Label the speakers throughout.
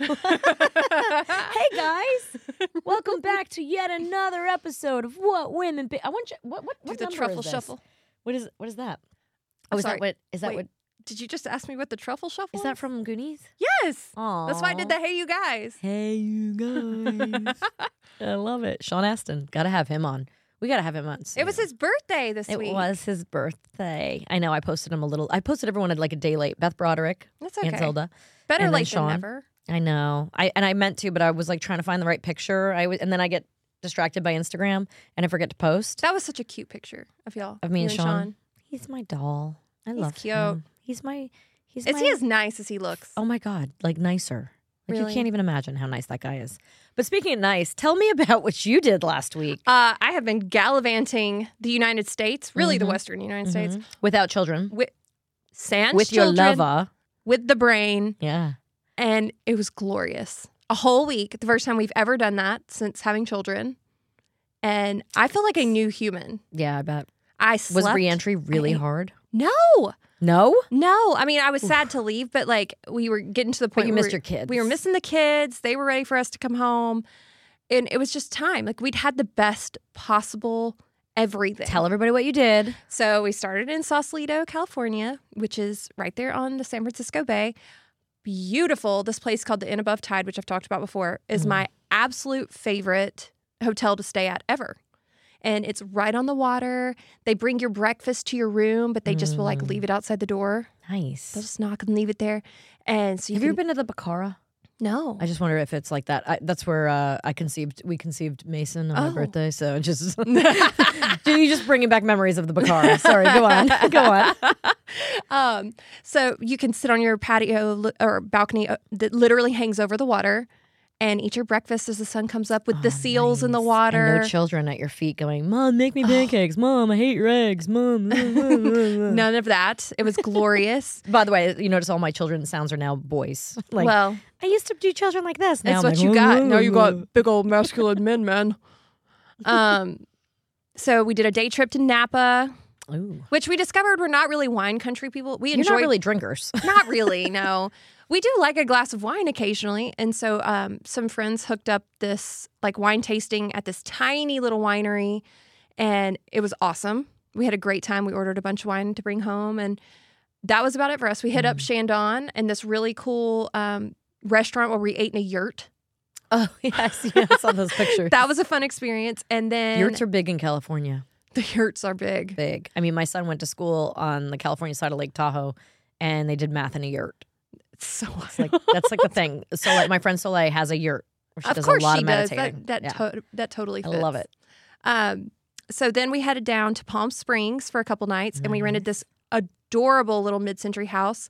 Speaker 1: hey guys, welcome back to yet another episode of What Women. Be- I want you. What what,
Speaker 2: Do
Speaker 1: what
Speaker 2: the
Speaker 1: number
Speaker 2: truffle
Speaker 1: is this?
Speaker 2: shuffle.
Speaker 1: What is what is that? Oh, is
Speaker 2: sorry.
Speaker 1: that what is that
Speaker 2: Wait,
Speaker 1: what
Speaker 2: Did you just ask me what the truffle shuffle
Speaker 1: is that from Goonies?
Speaker 2: Yes.
Speaker 1: Aww.
Speaker 2: That's why I did that. Hey, you guys.
Speaker 1: Hey you guys, I love it. Sean Astin, gotta have him on. We gotta have him on.
Speaker 2: It was
Speaker 1: soon.
Speaker 2: his birthday this
Speaker 1: It
Speaker 2: week.
Speaker 1: was his birthday. I know. I posted him a little. I posted everyone at like a day late. Beth Broderick
Speaker 2: That's okay.
Speaker 1: and Zelda.
Speaker 2: Better
Speaker 1: and then
Speaker 2: late
Speaker 1: Sean.
Speaker 2: than never.
Speaker 1: I know. I and I meant to, but I was like trying to find the right picture. I was, and then I get distracted by Instagram and I forget to post.
Speaker 2: That was such a cute picture of y'all.
Speaker 1: Of me
Speaker 2: you
Speaker 1: and Sean. He's my doll. I
Speaker 2: He's
Speaker 1: love
Speaker 2: cute.
Speaker 1: him. He's my. He's
Speaker 2: Is
Speaker 1: my,
Speaker 2: he as nice as he looks?
Speaker 1: Oh my god! Like nicer. Like
Speaker 2: Really?
Speaker 1: you can't even imagine how nice that guy is. But speaking of nice, tell me about what you did last week
Speaker 2: Uh, I have been gallivanting the United States, really
Speaker 1: Mm-hmm.
Speaker 2: the Western United States,
Speaker 1: without children,
Speaker 2: with sans
Speaker 1: with your
Speaker 2: children,
Speaker 1: lover.
Speaker 2: with the brain,
Speaker 1: Yeah.
Speaker 2: and it was glorious. A whole week, the first time we've ever done that since having children, and I feel like a new human.
Speaker 1: Yeah, I bet.
Speaker 2: I
Speaker 1: Was
Speaker 2: slept.
Speaker 1: reentry really
Speaker 2: ate-
Speaker 1: hard?
Speaker 2: No,
Speaker 1: No.
Speaker 2: no. I mean, I was sad to leave, but like we were getting to the point.
Speaker 1: you
Speaker 2: where
Speaker 1: missed
Speaker 2: we-
Speaker 1: your kids.
Speaker 2: We were missing the kids. They were ready for us to come home, and it was just time. Like we'd had the best possible everything.
Speaker 1: Tell everybody what you did.
Speaker 2: So we started in Sausalito, California, which is right there on the San Francisco Bay. Beautiful. This place called the Inn Above Tide, which I've talked about before, is
Speaker 1: Mm-hmm.
Speaker 2: my absolute favorite hotel to stay at ever. And it's right on the water. They bring your breakfast to your room, but they just will like
Speaker 1: Mm.
Speaker 2: leave it outside the door.
Speaker 1: Nice.
Speaker 2: They'll just knock and leave it there. And so you
Speaker 1: Have you ever
Speaker 2: can-
Speaker 1: been to the Bacara?
Speaker 2: no.
Speaker 1: I just wonder if it's like that. I, that's where uh, I conceived. We conceived Mason on
Speaker 2: Oh.
Speaker 1: my birthday, so it just do you just bringing back memories of the Bacara? Sorry, go on, go on.
Speaker 2: Um, so you can sit on your patio li- or balcony uh, that literally hangs over the water and eat your breakfast as the sun comes up with the seals in the
Speaker 1: Ah, Nice.
Speaker 2: water.
Speaker 1: and no children at your feet going, "Mom, make me pancakes." Mom, I hate your eggs. Mom. Mm.
Speaker 2: None of that. It was glorious.
Speaker 1: By the way, you notice all my children's sounds are now boys. Like
Speaker 2: well,
Speaker 1: I used to do children like this. Now
Speaker 2: that's
Speaker 1: I'm
Speaker 2: what
Speaker 1: like,
Speaker 2: you got. Now you
Speaker 1: "Whoa."
Speaker 2: got big old masculine men, man. Um, so we did a day trip to Napa,
Speaker 1: Ooh.
Speaker 2: which we discovered we're not really wine country people. We
Speaker 1: You're
Speaker 2: enjoy
Speaker 1: not really drinkers.
Speaker 2: Not really, no. We do like a glass of wine occasionally. And so um, some friends hooked up this like wine tasting at this tiny little winery and it was awesome. We had a great time. We ordered a bunch of wine to bring home and that was about it for us. We hit
Speaker 1: Mm.
Speaker 2: up Shandon and this really cool um, restaurant where we ate in a yurt.
Speaker 1: oh yes, yes. I saw those pictures.
Speaker 2: That was a fun experience. And then
Speaker 1: Yurts are big in California.
Speaker 2: the yurts are big.
Speaker 1: big. I mean, my son went to school on the California side of Lake Tahoe, and they did math in a yurt.
Speaker 2: It's so
Speaker 1: It's like that's like the thing. So, like my friend Soleil has a yurt where she
Speaker 2: of
Speaker 1: does
Speaker 2: course
Speaker 1: a lot
Speaker 2: she
Speaker 1: of
Speaker 2: does.
Speaker 1: meditating.
Speaker 2: That that,
Speaker 1: Yeah.
Speaker 2: to- that totally.
Speaker 1: I
Speaker 2: Fits.
Speaker 1: love it.
Speaker 2: Um, so then we headed down to Palm Springs for a couple nights, and we rented this adorable little mid-century house.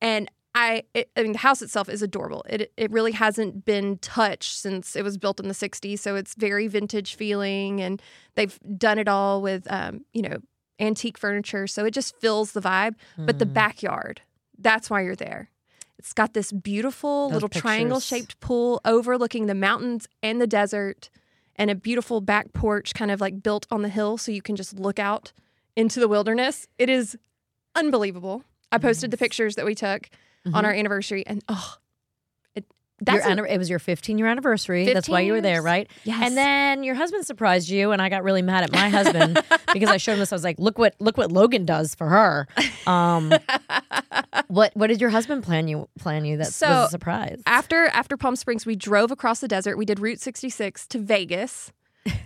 Speaker 2: And I, it, I mean, the house itself is adorable. It it really hasn't been touched since it was built in the '60s, so it's very vintage feeling, and they've done it all with, um, you know, antique furniture, so it just fills the vibe. But the
Speaker 1: Mm.
Speaker 2: backyard, that's why you're there. It's got this beautiful
Speaker 1: Those
Speaker 2: little
Speaker 1: pictures.
Speaker 2: triangle shaped pool overlooking the mountains and the desert, and a beautiful back porch kind of like built on the hill so you can just look out into the wilderness. It is unbelievable. I posted the pictures that we took on
Speaker 1: Mhm.
Speaker 2: our anniversary, and oh, it,
Speaker 1: Your
Speaker 2: that's a-
Speaker 1: anniver- it was your 15 year anniversary. That's
Speaker 2: 15
Speaker 1: why you were there,
Speaker 2: years.
Speaker 1: right?
Speaker 2: yes.
Speaker 1: And then your husband surprised you, and I got really mad at my husband because I showed him this. I was like, "Look what look what Logan does for her." Um, what what did your husband plan you plan you that
Speaker 2: So,
Speaker 1: was a surprise?
Speaker 2: after after Palm Springs, we drove across the desert. We did Route 66 to Vegas,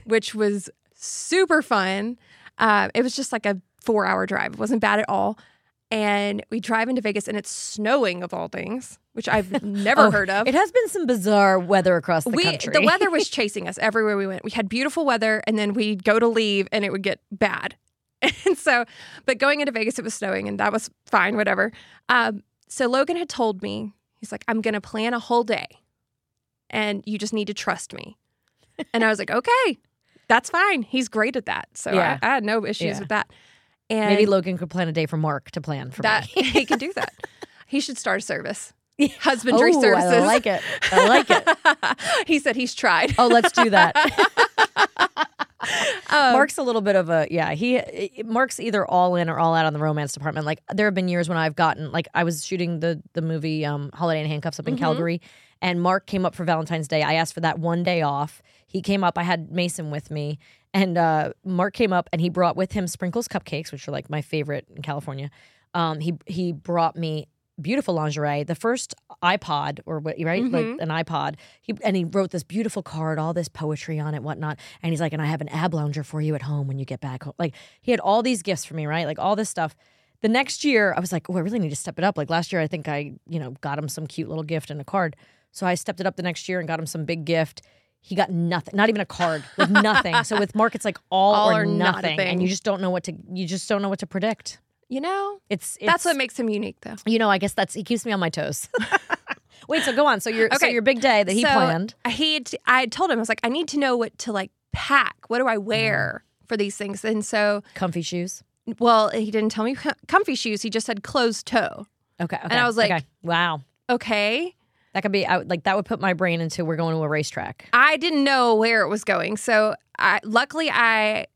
Speaker 2: which was super fun. Uh, it was just like a four hour drive. It wasn't bad at all. And we drive into Vegas, and it's snowing of all things, which I've never
Speaker 1: Oh,
Speaker 2: heard of.
Speaker 1: It has been some bizarre weather across the
Speaker 2: we
Speaker 1: country.
Speaker 2: the weather was chasing us everywhere we went. We had beautiful weather, and then we'd go to leave, and it would get bad. And so, but going into Vegas, it was snowing, and that was fine, whatever. Um, so Logan had told me, he's like, "I'm gonna plan a whole day, and you just need to trust me." And I was like, "Okay, that's fine." He's great at that, so
Speaker 1: Yeah.
Speaker 2: I, I had no issues
Speaker 1: Yeah.
Speaker 2: with that. And
Speaker 1: Maybe Logan could plan a day for Mark to plan for
Speaker 2: that
Speaker 1: me.
Speaker 2: he can do that. He should start a service,
Speaker 1: Yeah.
Speaker 2: husbandry
Speaker 1: oh,
Speaker 2: services.
Speaker 1: I like it. I like it.
Speaker 2: he said he's tried.
Speaker 1: Oh, let's do that.
Speaker 2: Um,
Speaker 1: Mark's a little bit of a yeah. He it- Mark's either all in or all out on the romance department. Like there have been years when I've gotten like I was shooting the the movie um, Holiday in Handcuffs up in
Speaker 2: Mhm.
Speaker 1: Calgary, and Mark came up for Valentine's Day. I asked for that one day off. He came up. I had Mason with me, and uh, Mark came up and he brought with him sprinkles cupcakes, which are like my favorite in California. Um, he he brought me beautiful lingerie, the first iPod or what right
Speaker 2: Mhm.
Speaker 1: like an iPod. He and he wrote this beautiful card, all this poetry on it, whatnot. And he's like, and I have an ab lounger for you at home when you get back home. Like he had all these gifts for me, right? Like all this stuff. The next year, I was like, oh, I really need to step it up. Like last year, I think I you know got him some cute little gift and a card. So I stepped it up the next year and got him some big gift. He got nothing, not even a card, like nothing. so with Mark, it's like all,
Speaker 2: All
Speaker 1: or,
Speaker 2: or
Speaker 1: nothing,
Speaker 2: nothing.
Speaker 1: and you just don't know what to. You just don't know what to predict.
Speaker 2: you know,
Speaker 1: It's, it's
Speaker 2: that's what makes him unique, though.
Speaker 1: you know, I guess that's he keeps me on my toes. Wait, so go on. So your so
Speaker 2: Okay.
Speaker 1: your big day that he
Speaker 2: So,
Speaker 1: planned.
Speaker 2: He, had t- I had told him I was like, I need to know what to like pack. What
Speaker 1: Mm.
Speaker 2: do I wear for these things? And so,
Speaker 1: Comfy shoes.
Speaker 2: well, he didn't tell me com- comfy shoes. He just said closed toe.
Speaker 1: Okay, okay.
Speaker 2: I was like-
Speaker 1: okay. wow,
Speaker 2: Okay,
Speaker 1: that could be I, would- like that would put my brain into we're going to a racetrack.
Speaker 2: I didn't know where it was going. So I luckily I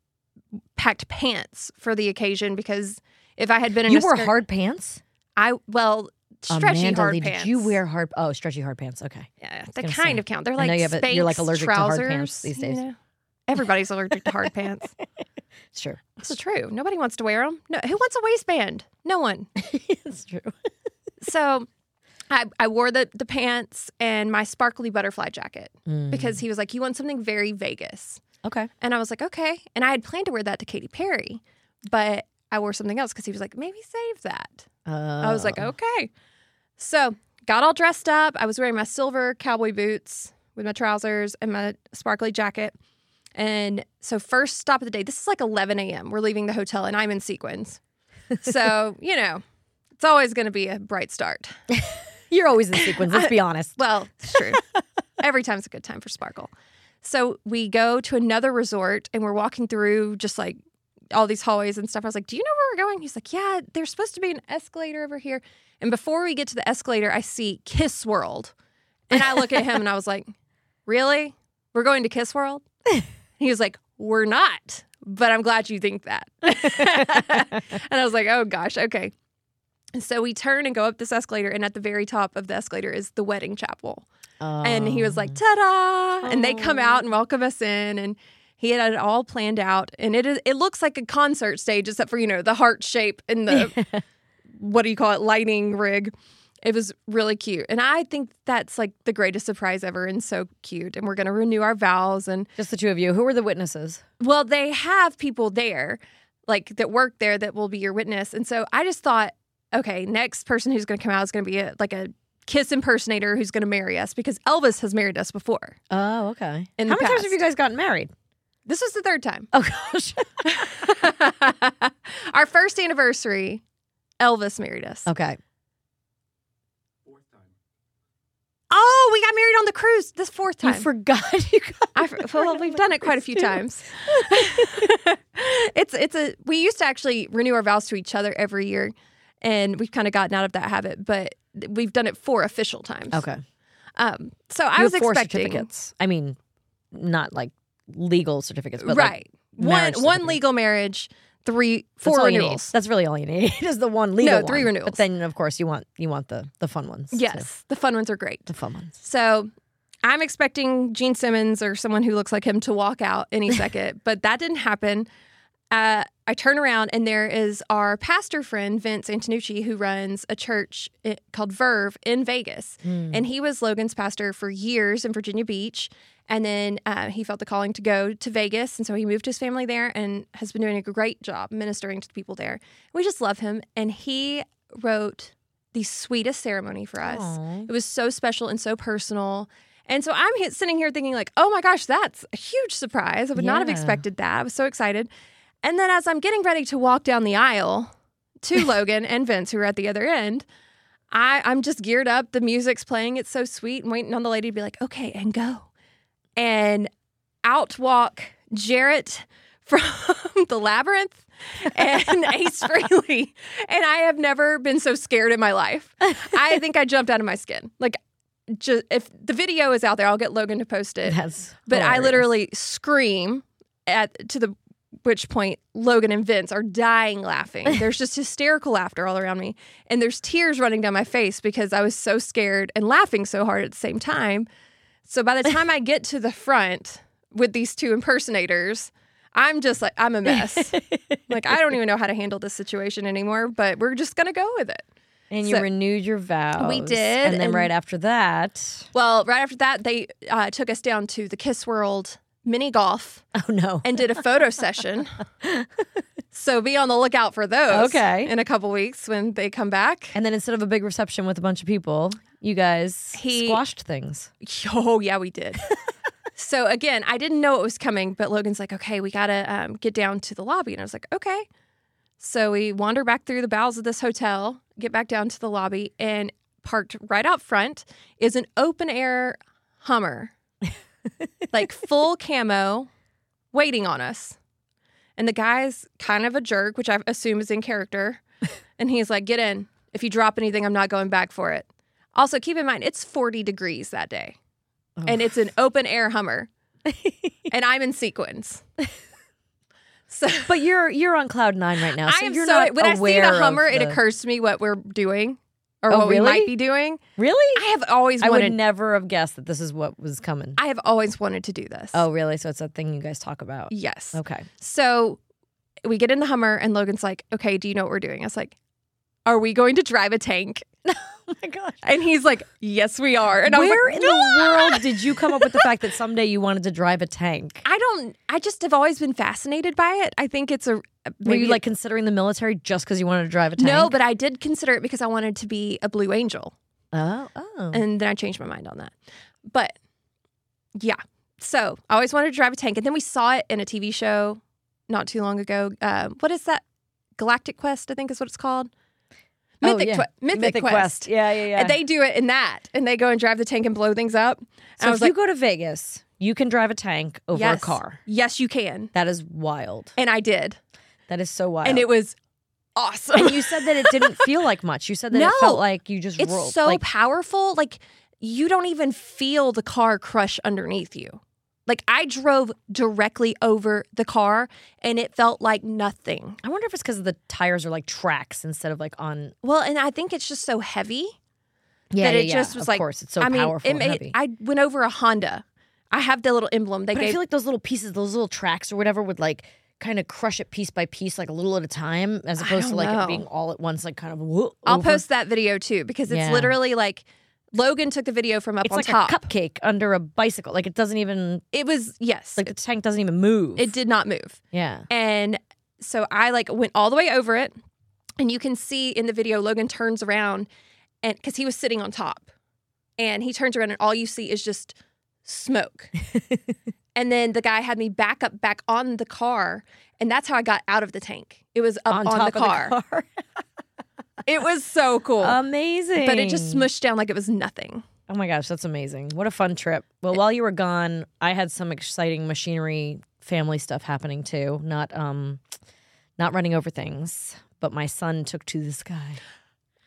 Speaker 2: packed pants for the occasion because if I had been in
Speaker 1: You
Speaker 2: a
Speaker 1: wore
Speaker 2: skirt,
Speaker 1: hard pants.
Speaker 2: I well stretchy
Speaker 1: Amanda
Speaker 2: hard
Speaker 1: Lee,
Speaker 2: pants.
Speaker 1: Did you wear hard? Oh, stretchy hard pants. Okay.
Speaker 2: Yeah, they
Speaker 1: gonna
Speaker 2: kind
Speaker 1: say.
Speaker 2: of count. They're
Speaker 1: I
Speaker 2: like
Speaker 1: know you have a- you're, like,
Speaker 2: Spanx
Speaker 1: allergic to hard pants
Speaker 2: trousers,
Speaker 1: these
Speaker 2: you
Speaker 1: days.
Speaker 2: know? Everybody's allergic to hard pants.
Speaker 1: It's true.
Speaker 2: It's true. Nobody wants to wear them. No, who wants a waistband? No one.
Speaker 1: it's true.
Speaker 2: So I, I wore the, the pants and my sparkly butterfly jacket
Speaker 1: Mm.
Speaker 2: because he was like, You want something very Vegas.
Speaker 1: okay.
Speaker 2: And I was like, Okay. And I had planned to wear that to Katy Perry, but I wore something else because he was like, Maybe save that.
Speaker 1: Uh,
Speaker 2: I was like, Okay. So got all dressed up. I was wearing my silver cowboy boots with my trousers and my sparkly jacket. And so, first stop of the day, this is like 11 a.m. We're leaving the hotel and I'm in sequins. So, you know, it's always going to be a bright start.
Speaker 1: you're always in sequence. Let's be honest.
Speaker 2: Well, it's true. Every time's a good time for Sparkle. So we go to another resort and we're walking through just like all these hallways and stuff. I was like, Do you know where we're going? He's like, Yeah, there's supposed to be an escalator over here. And before we get to the escalator, I see Kiss World. And I look at him and I was like, Really? We're going to Kiss World? He was like, We're not, but I'm glad you think that. And I was like, oh gosh, okay. And so we turn and go up this escalator, and at the very top of the escalator is the wedding chapel. And he was
Speaker 1: Um,
Speaker 2: like, ta da! And they come
Speaker 1: Oh.
Speaker 2: out and welcome us in. And he had it all planned out. And it, is, it looks like a concert stage, except for, you know, the heart shape and the, what do you call it, lighting rig. It was really cute. And I think that's like the greatest surprise ever and so cute. And we're going to renew our vows. And
Speaker 1: just the two of you. Who were the witnesses?
Speaker 2: well, they have people there, like that work there that will be your witness. And so I just thought, okay, next person who's going to come out is going to be a, like a kiss impersonator who's going to marry us because Elvis has married us before.
Speaker 1: Oh, okay.
Speaker 2: In
Speaker 1: How
Speaker 2: the
Speaker 1: many times have you guys gotten married?
Speaker 2: This was the third time.
Speaker 1: Oh gosh.
Speaker 2: Our first anniversary, Elvis married us.
Speaker 1: okay.
Speaker 2: Oh, we got married on the cruise this fourth
Speaker 1: You
Speaker 2: time.
Speaker 1: forgot you got.
Speaker 2: I, well, we've done it quite a few times. it's it's a we used to actually renew our vows to each other every year, and we've kind of gotten out of that habit, but we've done it four official times.
Speaker 1: Okay.
Speaker 2: Um. So I
Speaker 1: You
Speaker 2: was
Speaker 1: have four
Speaker 2: expecting
Speaker 1: certificates. I mean, not like legal certificates, but like
Speaker 2: right one
Speaker 1: marriage
Speaker 2: one
Speaker 1: certificate.
Speaker 2: legal marriage, three
Speaker 1: that's
Speaker 2: four
Speaker 1: all you need.
Speaker 2: renewals.
Speaker 1: That's really all you need. Is the one legal
Speaker 2: No, three
Speaker 1: one.
Speaker 2: renewals.
Speaker 1: But then of course you want you want the the fun ones. too.
Speaker 2: Yes, the fun ones are great.
Speaker 1: the fun ones.
Speaker 2: So I'm expecting Gene Simmons or someone who looks like him to walk out any second, but that didn't happen. Uh, I turn around and there is our pastor friend, Vince Antonucci, who runs a church i- called Verve in Vegas.
Speaker 1: Hmm.
Speaker 2: And he was Logan's pastor for years in Virginia Beach. And then uh, he felt the calling to go to Vegas. And so he moved his family there and has been doing a great job ministering to the people there. We just love him. And he wrote the sweetest ceremony for us.
Speaker 1: Aw.
Speaker 2: It was so special and so personal. And so I'm hit, sitting here thinking, like, oh my gosh, that's a huge surprise. I would not have
Speaker 1: Yeah.
Speaker 2: expected that. I was so excited. And then as I'm getting ready to walk down the aisle to Logan and Vince, who are at the other end, I, I'm just geared up. The music's playing. It's so sweet. And waiting on the lady to be like, okay, and go. And out walk Jarrett from the labyrinth and Ace Frehley. And I have never been so scared in my life. I think I jumped out of my skin. Like, just if the video is out there, I'll get Logan to post it.
Speaker 1: That's
Speaker 2: But I
Speaker 1: hilarious.
Speaker 2: literally scream at to the which point Logan and Vince are dying laughing. There's just hysterical laughter all around me, and there's tears running down my face because I was so scared and laughing so hard at the same time. So by the time I get to the front with these two impersonators, I'm just like I'm a mess. like I don't even know how to handle this situation anymore, but we're just going to go with it.
Speaker 1: And you
Speaker 2: So-
Speaker 1: renewed your vows.
Speaker 2: did,
Speaker 1: And then
Speaker 2: and-
Speaker 1: right after that,
Speaker 2: Well, right after that, they uh, took us down to the Kiss World mini golf
Speaker 1: oh no.
Speaker 2: and did a photo session. So be on the lookout for those.
Speaker 1: Okay.
Speaker 2: In a couple weeks when they come back.
Speaker 1: And then instead of a big reception with a bunch of people, you guys
Speaker 2: He-
Speaker 1: squashed things.
Speaker 2: Oh, yeah, we did. so again, I didn't know it was coming, but Logan's like, okay, we got to um, get down to the lobby. And I was like, okay. So we wander back through the bowels of this hotel, get back down to the lobby, and parked right out front is an open air Hummer, like full camo, waiting on us. And the guy's kind of a jerk, which I assume is in character. And he's like, get in. If you drop anything, I'm not going back for it. Also, keep in mind, it's 40 degrees that day
Speaker 1: Oh.
Speaker 2: and it's an open air Hummer, and I'm in sequins. So
Speaker 1: But you're you're on cloud nine right now. So
Speaker 2: I am
Speaker 1: you're
Speaker 2: so
Speaker 1: not
Speaker 2: when I see
Speaker 1: aware
Speaker 2: the Hummer,
Speaker 1: of
Speaker 2: it
Speaker 1: the-
Speaker 2: occurs to me what we're doing or
Speaker 1: Oh,
Speaker 2: what we
Speaker 1: really?
Speaker 2: might be doing.
Speaker 1: Really?
Speaker 2: I have always
Speaker 1: I
Speaker 2: wanted.
Speaker 1: would never have guessed that this is what was coming.
Speaker 2: I have always wanted to do this.
Speaker 1: oh, really? So it's a thing you guys talk about.
Speaker 2: yes.
Speaker 1: Okay.
Speaker 2: So we get in the Hummer, and Logan's like, "Okay, do you know what we're doing?" I was like, "Are we going to drive a tank?"
Speaker 1: Oh my gosh.
Speaker 2: And he's like, "Yes, we are." And I was
Speaker 1: Where
Speaker 2: like,
Speaker 1: in the world did you come up with the fact that someday you wanted to drive a tank?
Speaker 2: I don't. I just have always been fascinated by it. I think it's a
Speaker 1: Were
Speaker 2: maybe
Speaker 1: you like considering the military just because you wanted to drive a tank?
Speaker 2: No, but I did consider it because I wanted to be a Blue Angel.
Speaker 1: Oh, oh.
Speaker 2: And then I changed my mind on that. But yeah. So I always wanted to drive a tank. And then we saw it in a TV show not too long ago. Um, what is that? Galactic Quest, I think is what it's called.
Speaker 1: Oh,
Speaker 2: Mythic,
Speaker 1: yeah.
Speaker 2: Twe- Mythic, Quest.
Speaker 1: Yeah, yeah, yeah.
Speaker 2: And they do it in that. And they go and drive the tank and blow things up. And
Speaker 1: so
Speaker 2: I
Speaker 1: if
Speaker 2: was
Speaker 1: you
Speaker 2: like,
Speaker 1: go to Vegas, you can drive a tank over
Speaker 2: yes,
Speaker 1: a car.
Speaker 2: Yes, you can.
Speaker 1: That is wild.
Speaker 2: And I did.
Speaker 1: That is so wild.
Speaker 2: And it was awesome.
Speaker 1: And you said that it didn't feel like much. You said that
Speaker 2: No.
Speaker 1: it felt like you just
Speaker 2: It's
Speaker 1: rolled.
Speaker 2: so
Speaker 1: like,
Speaker 2: powerful. Like you don't even feel the car crush underneath you. Like I drove directly over the car and it felt like nothing.
Speaker 1: I wonder if it's because the tires are like tracks instead of like on.
Speaker 2: Well, and I think it's just so heavy.
Speaker 1: Yeah,
Speaker 2: That
Speaker 1: yeah,
Speaker 2: it
Speaker 1: yeah.
Speaker 2: just was
Speaker 1: of
Speaker 2: like-
Speaker 1: course, it's so
Speaker 2: I mean,
Speaker 1: powerful
Speaker 2: it
Speaker 1: and
Speaker 2: made-
Speaker 1: heavy.
Speaker 2: I went over a Honda. I have the little emblem they
Speaker 1: but I
Speaker 2: gave.
Speaker 1: feel like those little pieces, those little tracks or whatever, would like kind of crush it piece by piece, like a little at a time, as
Speaker 2: I
Speaker 1: opposed to
Speaker 2: don't
Speaker 1: like
Speaker 2: know.
Speaker 1: it being all at once, like kind of. whoa,
Speaker 2: I'll
Speaker 1: over.
Speaker 2: post that video too because it's
Speaker 1: Yeah.
Speaker 2: literally like Logan took the video from up
Speaker 1: It's
Speaker 2: on
Speaker 1: like
Speaker 2: top.
Speaker 1: a cupcake under a bicycle. Like it doesn't even
Speaker 2: It was yes.
Speaker 1: like the tank doesn't even move.
Speaker 2: it did not move.
Speaker 1: Yeah.
Speaker 2: And so I like went all the way over it. And you can see in the video, Logan turns around and because he was sitting on top and he turns around and all you see is just smoke. and then the guy had me back up back on the car. And that's how I got out of the tank. It was up on, the, car.
Speaker 1: of the car.
Speaker 2: It was so cool.
Speaker 1: amazing.
Speaker 2: but it just smushed down like it was nothing.
Speaker 1: Oh my gosh, that's amazing. What a fun trip. Well, while you were gone, I had some exciting machinery family stuff happening too. Not um not running over things, but my son took to the sky.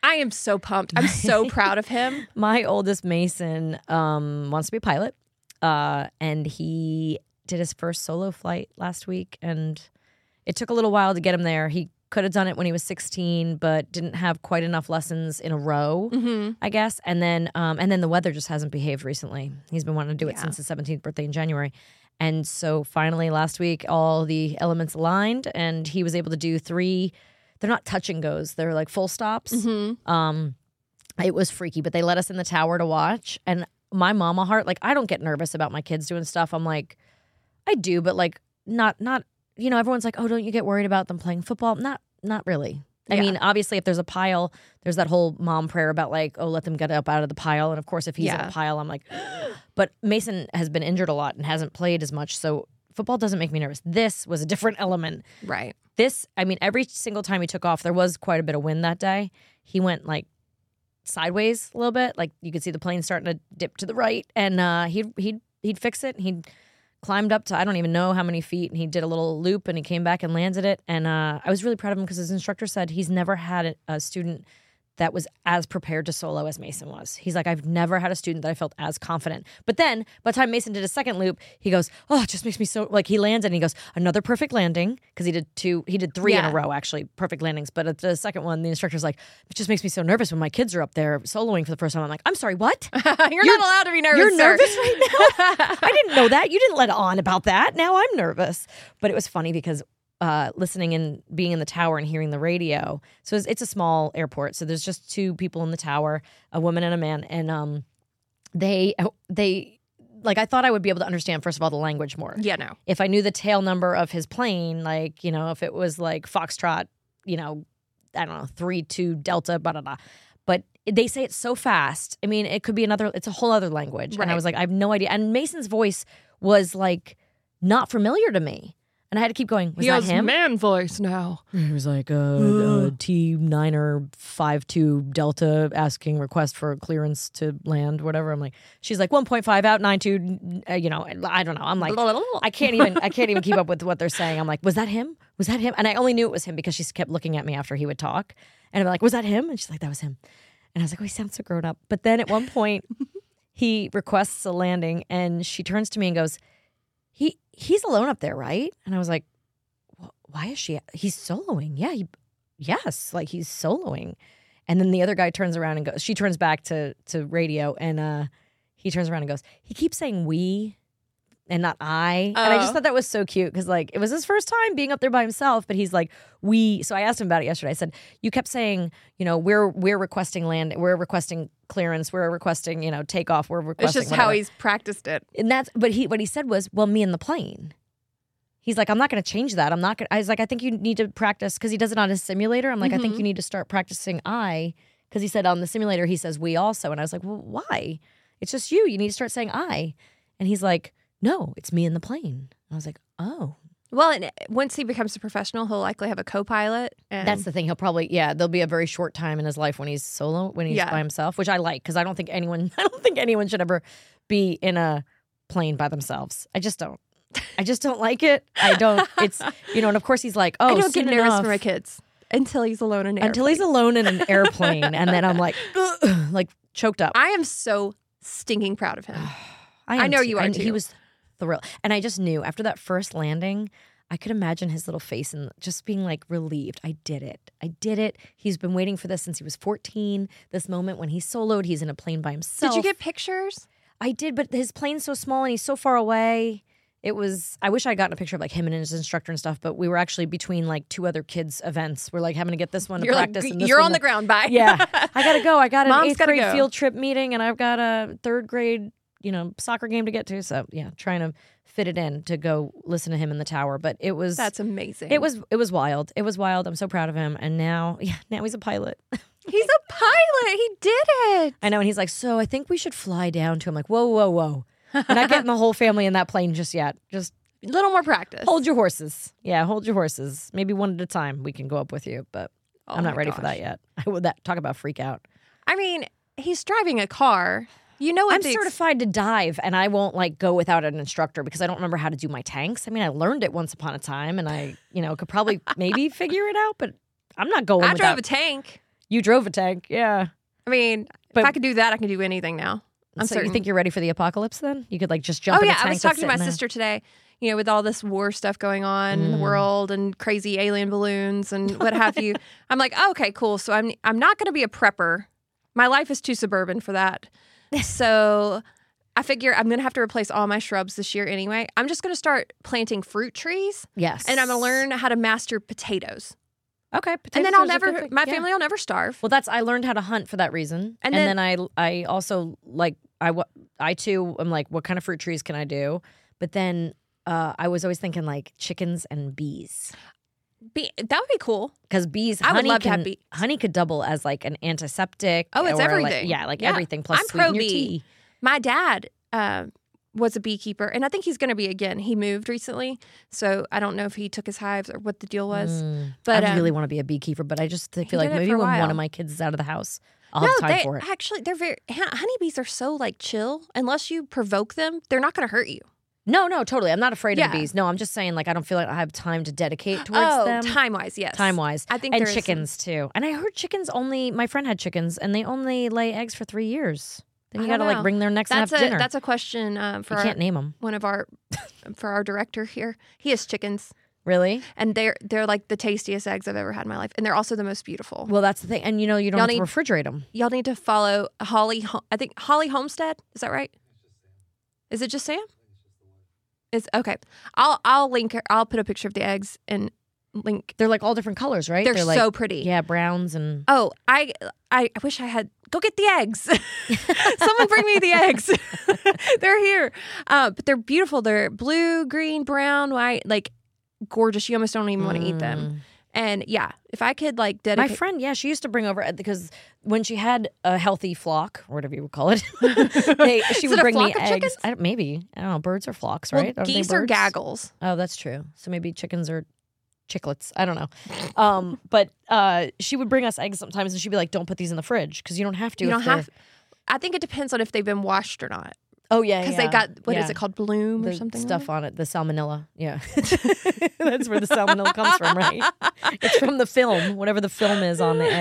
Speaker 2: I am so pumped. I'm so proud of him.
Speaker 1: My oldest Mason um wants to be a pilot. Uh and he did his first solo flight last week and it took a little while to get him there. He could have done it when he was 16, but didn't have quite enough lessons in a row.
Speaker 2: hmm
Speaker 1: I guess. And then um, and then the weather just hasn't behaved recently. He's been wanting to do it
Speaker 2: Yeah.
Speaker 1: since his 17th birthday in January. And so finally last week all the elements aligned and he was able to do three they're not touch and goes. They're like full stops.
Speaker 2: hmm
Speaker 1: Um it was freaky, but they let us in the tower to watch and my mama heart like I don't get nervous about my kids doing stuff. I'm like I do, but like not not you know everyone's like, "Oh, don't you get worried about them playing football?" Not not really. I
Speaker 2: Yeah.
Speaker 1: mean, obviously, if there's a pile, there's that whole mom prayer about like, oh, let them get up out of the pile. And of course, if he's in
Speaker 2: Yeah.
Speaker 1: a pile, I'm like, but Mason has been injured a lot and hasn't played as much. So football doesn't make me nervous. This was a different element.
Speaker 2: Right.
Speaker 1: This, I mean, every single time he took off, there was quite a bit of wind that day. He went like sideways a little bit. Like you could see the plane starting to dip to the right. And uh, he'd, he'd, he'd fix it. He'd climbed up to I don't even know how many feet and he did a little loop and he came back and landed it and uh, I was really proud of him because his instructor said he's never had a, a student that was as prepared to solo as Mason was. He's like, I've never had a student that I felt as confident. But then by the time Mason did a second loop, he goes, Oh, it just makes me so like he lands and he goes, another perfect landing. Cause he did two, he did three in
Speaker 2: Yeah.
Speaker 1: a row actually, perfect landings. But at the second one, the instructor's like, It just makes me so nervous when my kids are up there soloing for the first time. I'm like, I'm sorry, what?
Speaker 2: you're,
Speaker 1: You're-
Speaker 2: not allowed to be nervous.
Speaker 1: You're
Speaker 2: sir.
Speaker 1: nervous right now? I didn't know that. You didn't let on about that. Now I'm nervous. But it was funny because uh, listening and being in the tower and hearing the radio. So it's, it's a small airport. So there's just two people in the tower, a woman and a man. And um, they, they, like, I thought I would be able to understand, first of all, the language more
Speaker 2: Yeah, no.
Speaker 1: if I knew the tail number of his plane, like, you know, if it was like Foxtrot, you know, I don't know, 3 2 Delta, blah, blah, blah. But they say it so fast. I mean, it could be another, it's a whole other language. And I
Speaker 2: Right.
Speaker 1: was like, I have no idea. And Mason's voice was like not familiar to me. And I had to keep going, was
Speaker 2: he
Speaker 1: that
Speaker 2: has
Speaker 1: him?
Speaker 2: man voice now.
Speaker 1: He was like
Speaker 2: uh,
Speaker 1: T niner five two Delta asking request for clearance to land, whatever. I'm like, she's like one point five out nine two, uh, you know. I don't know. I'm like, I can't even I can't even keep up with what they're saying. I'm like, was that him? Was that him? And I only knew it was him because she kept looking at me after he would talk. And I'm like, was that him? And she's like, that was him. And I was like, oh, he sounds so grown up. But then at one point, he requests a landing, and she turns to me and goes, he he's alone up there, right? And I was like, "Wh- why is she? He's soloing. Yeah, he, yes, like he's soloing. And then the other guy turns around and goes. She turns back to to radio, and uh, he turns around and goes. He keeps saying we, and not I. And I just
Speaker 2: Oh.
Speaker 1: thought that was so cute because like it was his first time being up there by himself, but he's like we. So I asked him about it yesterday. I said you kept saying you know we're we're requesting land, we're requesting clearance, we're requesting you know takeoff, we're requesting.
Speaker 2: It's just
Speaker 1: whatever."
Speaker 2: how he's practiced it.
Speaker 1: And that's but he what he said was, well, me and the plane. He's like, I'm not going to change that. I'm not going. to I was like, I think you need to practice because he does it on his simulator. I'm like, I think
Speaker 2: Mhm.
Speaker 1: you need to start practicing I because he said on the simulator he says we also, and I was like, well, why? It's just you. You need to start saying I. And he's like, no, it's me and the plane. I was like, oh,
Speaker 2: Well, and once he becomes a professional, he'll likely have a co-pilot. And
Speaker 1: that's the thing. He'll probably yeah. There'll be a very short time in his life when he's solo, when he's
Speaker 2: Yeah.
Speaker 1: by himself, which I like because I don't think anyone, I don't think anyone should ever be in a plane by themselves. I just don't. I just don't like it. I don't. It's you know, and of course he's like, oh,
Speaker 2: I don't get
Speaker 1: soon
Speaker 2: nervous
Speaker 1: enough,
Speaker 2: for my kids until he's alone in an
Speaker 1: until he's
Speaker 2: airplane.
Speaker 1: alone in an airplane, and then I'm like, like choked up.
Speaker 2: I am so stinking proud of him. I
Speaker 1: am
Speaker 2: know you are,
Speaker 1: and He
Speaker 2: too.
Speaker 1: was thrilled, and I just knew after that first landing, I could imagine his little face and just being like relieved. I did it. I did it. He's been waiting for this since he was 14. This moment when he soloed, he's in a plane by himself.
Speaker 2: Did you get pictures?
Speaker 1: I did, but his plane's so small and he's so far away. It was. I wish I would gotten a picture of like him and his instructor and stuff. But we were actually between like two other kids' events. We're like having to get this one to
Speaker 2: You're like
Speaker 1: practice. and this
Speaker 2: you're
Speaker 1: one
Speaker 2: on
Speaker 1: to-
Speaker 2: the ground. Bye.
Speaker 1: yeah, I gotta go. I got an
Speaker 2: Mom's
Speaker 1: 8th
Speaker 2: gotta
Speaker 1: grade
Speaker 2: go.
Speaker 1: field trip meeting, and I've got a third grade, you know, soccer game to get to. So yeah, trying to fit it in to go listen to him in the tower. But it was
Speaker 2: that's amazing.
Speaker 1: it was it was wild. It was wild. I'm so proud of him. And now yeah, now he's a pilot.
Speaker 2: He's a pilot. He did it.
Speaker 1: I know. And he's like, so I think we should fly down to him. Like whoa whoa whoa. We're not getting the whole family in that plane just yet. Just
Speaker 2: A little more practice.
Speaker 1: hold your horses. Yeah, hold your horses. Maybe one at a time. We can go up with you, but
Speaker 2: Oh
Speaker 1: I'm not
Speaker 2: my
Speaker 1: ready for
Speaker 2: gosh.
Speaker 1: that yet. I would that talk about freak out.
Speaker 2: I mean, he's driving a car. You know what
Speaker 1: I'm
Speaker 2: the ex-
Speaker 1: certified to dive, and I won't like go without an instructor because I don't remember how to do my tanks. I mean, I learned it once upon a time, and I, you know, could probably maybe figure it out, but I'm not going.
Speaker 2: I
Speaker 1: without.
Speaker 2: drove a tank.
Speaker 1: you drove a tank, yeah.
Speaker 2: I mean,
Speaker 1: But-
Speaker 2: if I could do that, I can do anything now. I'm
Speaker 1: so
Speaker 2: certain.
Speaker 1: you think you're ready for the apocalypse? Then you could like just jump.
Speaker 2: oh
Speaker 1: in a
Speaker 2: yeah,
Speaker 1: tank
Speaker 2: I was
Speaker 1: and
Speaker 2: talking to
Speaker 1: sit
Speaker 2: my
Speaker 1: in a-
Speaker 2: sister today. You know, with all this war stuff going on in the
Speaker 1: Mm.
Speaker 2: world and crazy alien balloons and what have you, I'm like, oh, okay, cool. So I'm I'm not going to be a prepper. My life is too suburban for that. So I figure I'm going to have to replace all my shrubs this year anyway. I'm just going to start planting fruit trees
Speaker 1: Yes,
Speaker 2: and I'm going to learn how to master potatoes.
Speaker 1: Okay,
Speaker 2: and then
Speaker 1: potatoes
Speaker 2: I'll
Speaker 1: is a good
Speaker 2: never,
Speaker 1: thing.
Speaker 2: my
Speaker 1: Yeah.
Speaker 2: family will never starve.
Speaker 1: Well, that's I learned how to hunt for that reason,
Speaker 2: And
Speaker 1: and, then, I I also like I wa- I too am like, what kind of fruit trees can I do? But then uh, I was always thinking like chickens and bees.
Speaker 2: Be, that would be cool.
Speaker 1: because bees
Speaker 2: I would
Speaker 1: honey
Speaker 2: love to
Speaker 1: can,
Speaker 2: have bees.
Speaker 1: honey could double as like an antiseptic.
Speaker 2: Oh, it's
Speaker 1: or, like-
Speaker 2: everything.
Speaker 1: yeah, like
Speaker 2: Yeah.
Speaker 1: everything. Plus,
Speaker 2: I'm
Speaker 1: sweeten your
Speaker 2: pro-bee.
Speaker 1: tea.
Speaker 2: My dad uh, was a beekeeper, and I think he's going to be again. He moved recently, so I don't know if he took his hives or what the deal was.
Speaker 1: Mm.
Speaker 2: But
Speaker 1: I
Speaker 2: um,
Speaker 1: really want to be a beekeeper, but I just
Speaker 2: he
Speaker 1: feel like
Speaker 2: did it
Speaker 1: maybe
Speaker 2: for a
Speaker 1: when one
Speaker 2: while.
Speaker 1: of my kids is out of the house, I'll
Speaker 2: no,
Speaker 1: have time
Speaker 2: they
Speaker 1: for it.
Speaker 2: actually they're very hon- honeybees are so like chill. Unless you provoke them, they're not going to hurt you.
Speaker 1: No, no, totally. I'm not afraid of the
Speaker 2: Yeah.
Speaker 1: bees. No, I'm just saying like I don't feel like I have time to dedicate towards
Speaker 2: Oh,
Speaker 1: them.
Speaker 2: time wise, yes.
Speaker 1: Time wise,
Speaker 2: I think
Speaker 1: and
Speaker 2: there is some-
Speaker 1: chickens too. And I heard chickens only. My friend had chickens, and they only lay eggs for three years. Then
Speaker 2: I
Speaker 1: you
Speaker 2: don't
Speaker 1: gotta like
Speaker 2: know.
Speaker 1: bring their necks and have
Speaker 2: That's a
Speaker 1: dinner.
Speaker 2: that's a question um, for
Speaker 1: you
Speaker 2: our,
Speaker 1: can't name them,
Speaker 2: one of our for our director here. He has chickens,
Speaker 1: really.
Speaker 2: and they're they're like the tastiest eggs I've ever had in my life, and they're also the most beautiful.
Speaker 1: Well, that's the thing, and you know you don't
Speaker 2: Y'all
Speaker 1: have to refrigerate them.
Speaker 2: Y'all need to follow Holly. Ho- I think Holly Homestead. Is that right? Is it just Sam? It's okay. I'll I'll link. Her, I'll put a picture of the eggs and link.
Speaker 1: They're like all different colors, right?
Speaker 2: They're,
Speaker 1: like
Speaker 2: so pretty.
Speaker 1: yeah, browns and
Speaker 2: Oh, I I I wish I had. Go get the eggs. Someone bring me the eggs. they're here, uh, but they're beautiful. They're blue, green, brown, white, like gorgeous. You almost don't even want to eat them.
Speaker 1: Mm.
Speaker 2: And yeah, if I could like
Speaker 1: My
Speaker 2: dedicate,
Speaker 1: friend, yeah, she used to bring over uh, because when she had a healthy flock, or whatever you would call it, they, she
Speaker 2: Is it
Speaker 1: would
Speaker 2: a
Speaker 1: bring me
Speaker 2: flock of
Speaker 1: eggs.
Speaker 2: chickens?
Speaker 1: I don't, maybe I don't know. Birds are flocks,
Speaker 2: well,
Speaker 1: right? Aren't oh, they
Speaker 2: geese are
Speaker 1: birds?
Speaker 2: gaggles.
Speaker 1: Oh, that's true. So maybe chickens are chicklets. I don't know. Um, but uh, she would bring us eggs sometimes, and she'd be like, "Don't put these in the fridge because you don't have to."
Speaker 2: You
Speaker 1: if
Speaker 2: don't
Speaker 1: they're-
Speaker 2: have. I think it depends on if they've been washed or not,
Speaker 1: Oh yeah,
Speaker 2: because
Speaker 1: yeah.
Speaker 2: they got what is
Speaker 1: Yeah.
Speaker 2: it called, bloom
Speaker 1: the
Speaker 2: or something on
Speaker 1: stuff
Speaker 2: it?
Speaker 1: on it, the salmonella. Yeah, that's where the salmonella comes from, right? It's from the film, whatever the film is on the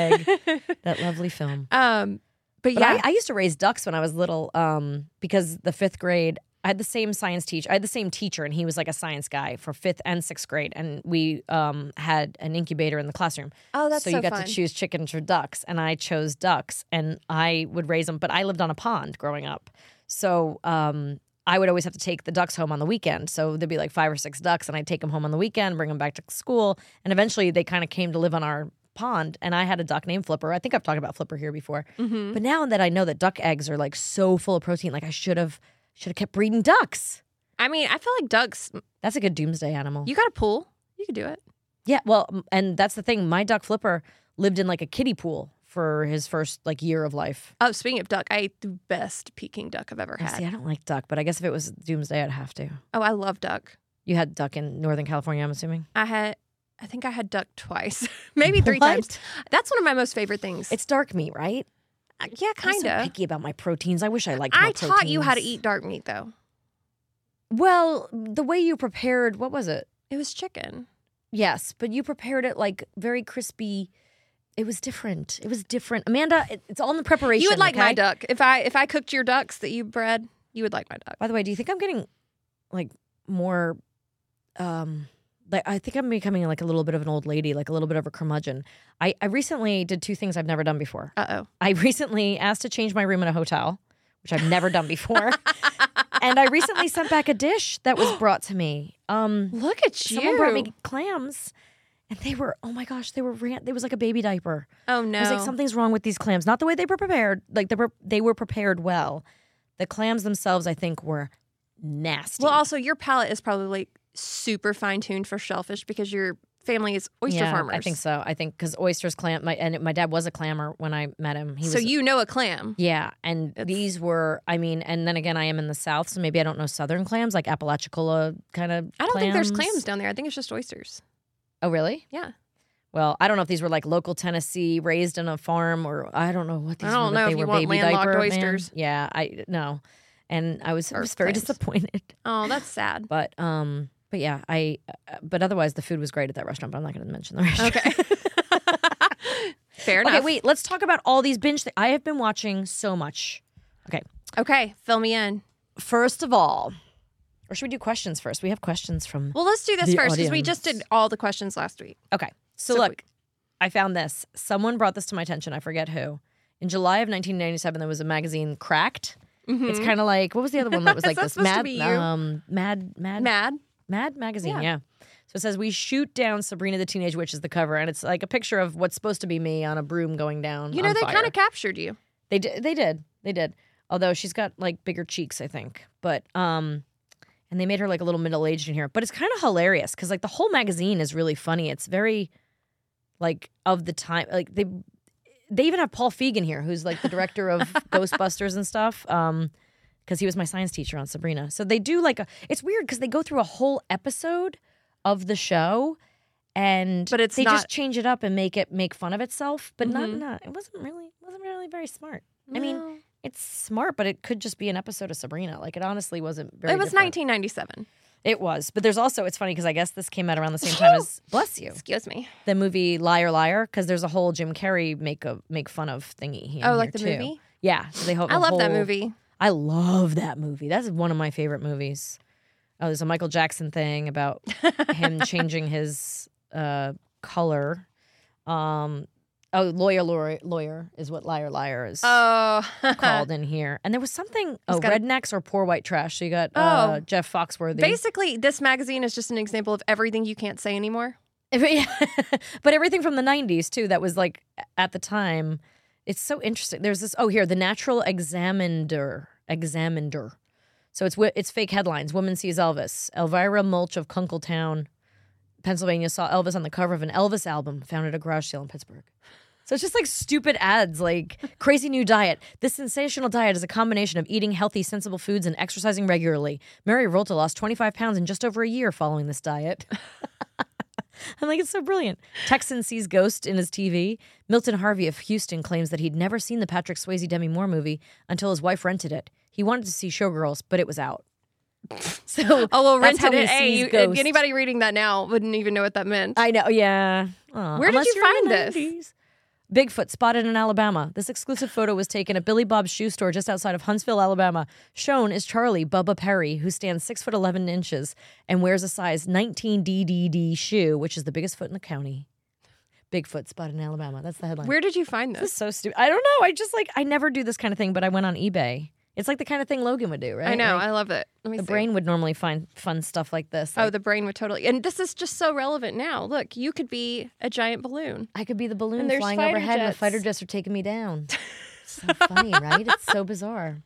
Speaker 1: egg. That lovely film.
Speaker 2: Um, but,
Speaker 1: But
Speaker 2: yeah,
Speaker 1: I, I used to raise ducks when I was little um, because the fifth grade, I had the same science teacher. I had the same teacher, and he was like a science guy for fifth and sixth grade. And we um, had an incubator in the classroom.
Speaker 2: oh, that's so,
Speaker 1: you got
Speaker 2: fun.
Speaker 1: to choose chickens or ducks, and I chose ducks, and I would raise them. But I lived on a pond growing up, so um, I would always have to take the ducks home on the weekend. So there'd be like five or six ducks, and I'd take them home on the weekend, bring them back to school, and eventually they kind of came to live on our pond. And I had a duck named Flipper. I think I've talked about Flipper here before,
Speaker 2: Mhm.
Speaker 1: but now that I know that duck eggs are like so full of protein, like I should have should have kept breeding ducks.
Speaker 2: I mean, I feel like ducks.
Speaker 1: That's a good doomsday animal.
Speaker 2: You got a pool. You could do it.
Speaker 1: Yeah, well, m- and that's the thing. My duck Flipper lived in like a kiddie pool for his first like year of life.
Speaker 2: Oh, speaking of duck, I ate the best Peking duck I've ever
Speaker 1: Oh,
Speaker 2: had.
Speaker 1: see, I don't like duck, but I guess if it was Doomsday, I'd have to.
Speaker 2: Oh, I love duck.
Speaker 1: You had duck in Northern California, I'm assuming.
Speaker 2: I had, I think I had duck twice, maybe three
Speaker 1: What?
Speaker 2: times. That's one of my most favorite things.
Speaker 1: It's dark meat, right?
Speaker 2: Uh, yeah,
Speaker 1: I'm
Speaker 2: kind
Speaker 1: so
Speaker 2: of.
Speaker 1: picky about my proteins. I wish I liked.
Speaker 2: I
Speaker 1: more
Speaker 2: taught you how to
Speaker 1: proteins.
Speaker 2: eat dark meat though.
Speaker 1: Well, the way you prepared, what was it?
Speaker 2: It was chicken.
Speaker 1: Yes, but you prepared it like very crispy. It was different. It was different, Amanda. It, it's all in the preparation.
Speaker 2: You would like my
Speaker 1: okay?
Speaker 2: duck if I if I cooked your ducks that you bred. You would like my duck.
Speaker 1: By the way, do you think I'm getting like more um like I think I'm becoming like a little bit of an old lady, like a little bit of a curmudgeon. I, I recently did two things I've never done before.
Speaker 2: Uh
Speaker 1: I recently asked to change my room in a hotel, which I've never done before.
Speaker 2: oh.
Speaker 1: and I recently sent back a dish that was brought to me. Um
Speaker 2: Look at you.
Speaker 1: someone brought me clams and they were oh my gosh, they were rant they was like a baby diaper.
Speaker 2: oh no.
Speaker 1: I was like, something's wrong with these clams. Not the way they were prepared. Like they were, they were prepared well. The clams themselves, I think, were nasty.
Speaker 2: well, also your palate is probably super fine tuned for shellfish because your family is oyster
Speaker 1: yeah,
Speaker 2: farmers.
Speaker 1: I think so. I think because oysters, clam. My and my dad was a clammer when I met him. He
Speaker 2: so
Speaker 1: was,
Speaker 2: you know a clam.
Speaker 1: yeah. And these were, I mean, and then again, I am in the south, so maybe I don't know southern clams like Apalachicola kind of.
Speaker 2: I don't think there's clams down there. I think it's just oysters.
Speaker 1: Oh, really?
Speaker 2: Yeah.
Speaker 1: Well, I don't know if these were like local Tennessee, raised on a farm, or I don't know what these.
Speaker 2: I don't
Speaker 1: were, but
Speaker 2: know
Speaker 1: they
Speaker 2: if you
Speaker 1: were
Speaker 2: want
Speaker 1: baby
Speaker 2: landlocked
Speaker 1: diaper, man.
Speaker 2: oysters.
Speaker 1: Yeah, I no, and I was, I
Speaker 2: Or
Speaker 1: was very
Speaker 2: clams.
Speaker 1: disappointed.
Speaker 2: Oh, that's sad.
Speaker 1: But um, but yeah, I. Uh, but otherwise, the food was great at that restaurant. But I'm not going to mention the restaurant.
Speaker 2: Okay. Fair enough.
Speaker 1: Okay, wait. Let's talk about all these binge. Th- I have been watching so much. Okay,
Speaker 2: Okay, fill me in.
Speaker 1: first of all, or should we do questions first? We have questions from.
Speaker 2: Well, let's do this
Speaker 1: The
Speaker 2: first because we just
Speaker 1: audience.
Speaker 2: did all the questions last week.
Speaker 1: Okay, so,
Speaker 2: So
Speaker 1: look, I found this. Someone brought this to my attention. I forget who. In July of 1997, there was a magazine, Cracked.
Speaker 2: Mm-hmm.
Speaker 1: It's kind of like what was the other one that was
Speaker 2: Hmm. Is
Speaker 1: like
Speaker 2: that
Speaker 1: this
Speaker 2: supposed to
Speaker 1: mad,
Speaker 2: be you?
Speaker 1: um, mad, mad,
Speaker 2: Mad.
Speaker 1: Mad magazine, yeah.
Speaker 2: Yeah.
Speaker 1: So it says we shoot down Sabrina the Teenage Witch is the cover, and it's like a picture of what's supposed to be me on a broom going down.
Speaker 2: You know,
Speaker 1: on
Speaker 2: they
Speaker 1: fire.
Speaker 2: kind of captured you.
Speaker 1: they did they did they did. Although she's got like bigger cheeks, I think. But um, and they made her like a little middle aged in here. But it's kind of hilarious because like the whole magazine is really funny. It's very like of the time. Like they they even have Paul Feig here, who's like the director of Ghostbusters and stuff. Um, because he was my science teacher on Sabrina. So they do like a. It's weird because they go through a whole episode of the show, and
Speaker 2: But it's
Speaker 1: they just
Speaker 2: not-
Speaker 1: change it up and make it make fun of itself. But
Speaker 2: Mhm.
Speaker 1: not not. It wasn't really wasn't really very smart. I mean,
Speaker 2: No.
Speaker 1: It's smart, but it could just be an episode of Sabrina. Like it honestly wasn't very
Speaker 2: It was
Speaker 1: different.
Speaker 2: 1997.
Speaker 1: It was. But there's also it's funny because I guess this came out around the same time as Bless You.
Speaker 2: Excuse me.
Speaker 1: The movie Liar Liar, because there's a whole Jim Carrey make a make fun of thingy. in
Speaker 2: Oh, like the
Speaker 1: here, too.
Speaker 2: movie?
Speaker 1: Yeah. So they hope
Speaker 2: I love that movie.
Speaker 1: I love that movie. That's one of my favorite movies. Oh, there's a Michael Jackson thing about him changing his uh, color. Um, oh, lawyer, lawyer, lawyer is what liar, liar is
Speaker 2: Oh,
Speaker 1: called in here. And there was something oh,
Speaker 2: got a-
Speaker 1: rednecks or poor white trash. So you got uh,
Speaker 2: Oh.
Speaker 1: Jeff Foxworthy.
Speaker 2: Basically, this magazine is just an example of everything you can't say anymore.
Speaker 1: but everything from the 90s too that was like at the time it's so interesting there's this oh here the natural examiner examiner so it's wi- it's fake headlines woman sees elvis elvira mulch of kunkletown pennsylvania saw elvis on the cover of an elvis album found at a garage sale in pittsburgh so it's just like stupid ads like crazy new diet this sensational diet is a combination of eating healthy sensible foods and exercising regularly mary rolta lost 25 pounds in just over a year following this diet I'm like, it's so brilliant. Texan sees ghost in his TV. Milton Harvey of Houston claims that he'd never seen the Patrick Swayze Demi Moore movie until his wife rented it. He wanted to see Showgirls, but it was out. So,
Speaker 2: Oh, well,
Speaker 1: that's how
Speaker 2: rented
Speaker 1: he
Speaker 2: it. Hey,
Speaker 1: sees
Speaker 2: you-
Speaker 1: ghosts.
Speaker 2: anybody reading that now wouldn't even know what that meant.
Speaker 1: I know, yeah. Aw,
Speaker 2: Where did
Speaker 1: unless
Speaker 2: you
Speaker 1: you're in the
Speaker 2: find this?
Speaker 1: 90s. Bigfoot spotted in Alabama. This exclusive photo was taken at Billy Bob's shoe store just outside of Huntsville, Alabama. Shown is Charlie Bubba Perry, who stands six foot eleven inches and wears a size 19 DDD shoe, which is the biggest foot in the county. Bigfoot spotted in Alabama. That's the headline.
Speaker 2: Where did you find
Speaker 1: This
Speaker 2: this?
Speaker 1: is so stupid. I don't know. I just like I never do this kind of thing, but I went on eBay. It's like the kind of thing Logan would do, right?
Speaker 2: I know.
Speaker 1: Like,
Speaker 2: I love it. Let me
Speaker 1: the
Speaker 2: see.
Speaker 1: brain would normally find fun stuff like this.
Speaker 2: Oh,
Speaker 1: Like,
Speaker 2: the brain would totally. And this is just so relevant now. Look, you could be a giant balloon.
Speaker 1: I could be the balloon
Speaker 2: And there's
Speaker 1: flying
Speaker 2: fighter
Speaker 1: overhead, and the
Speaker 2: jets.
Speaker 1: fighter jets are taking me down. so funny, right? It's so bizarre.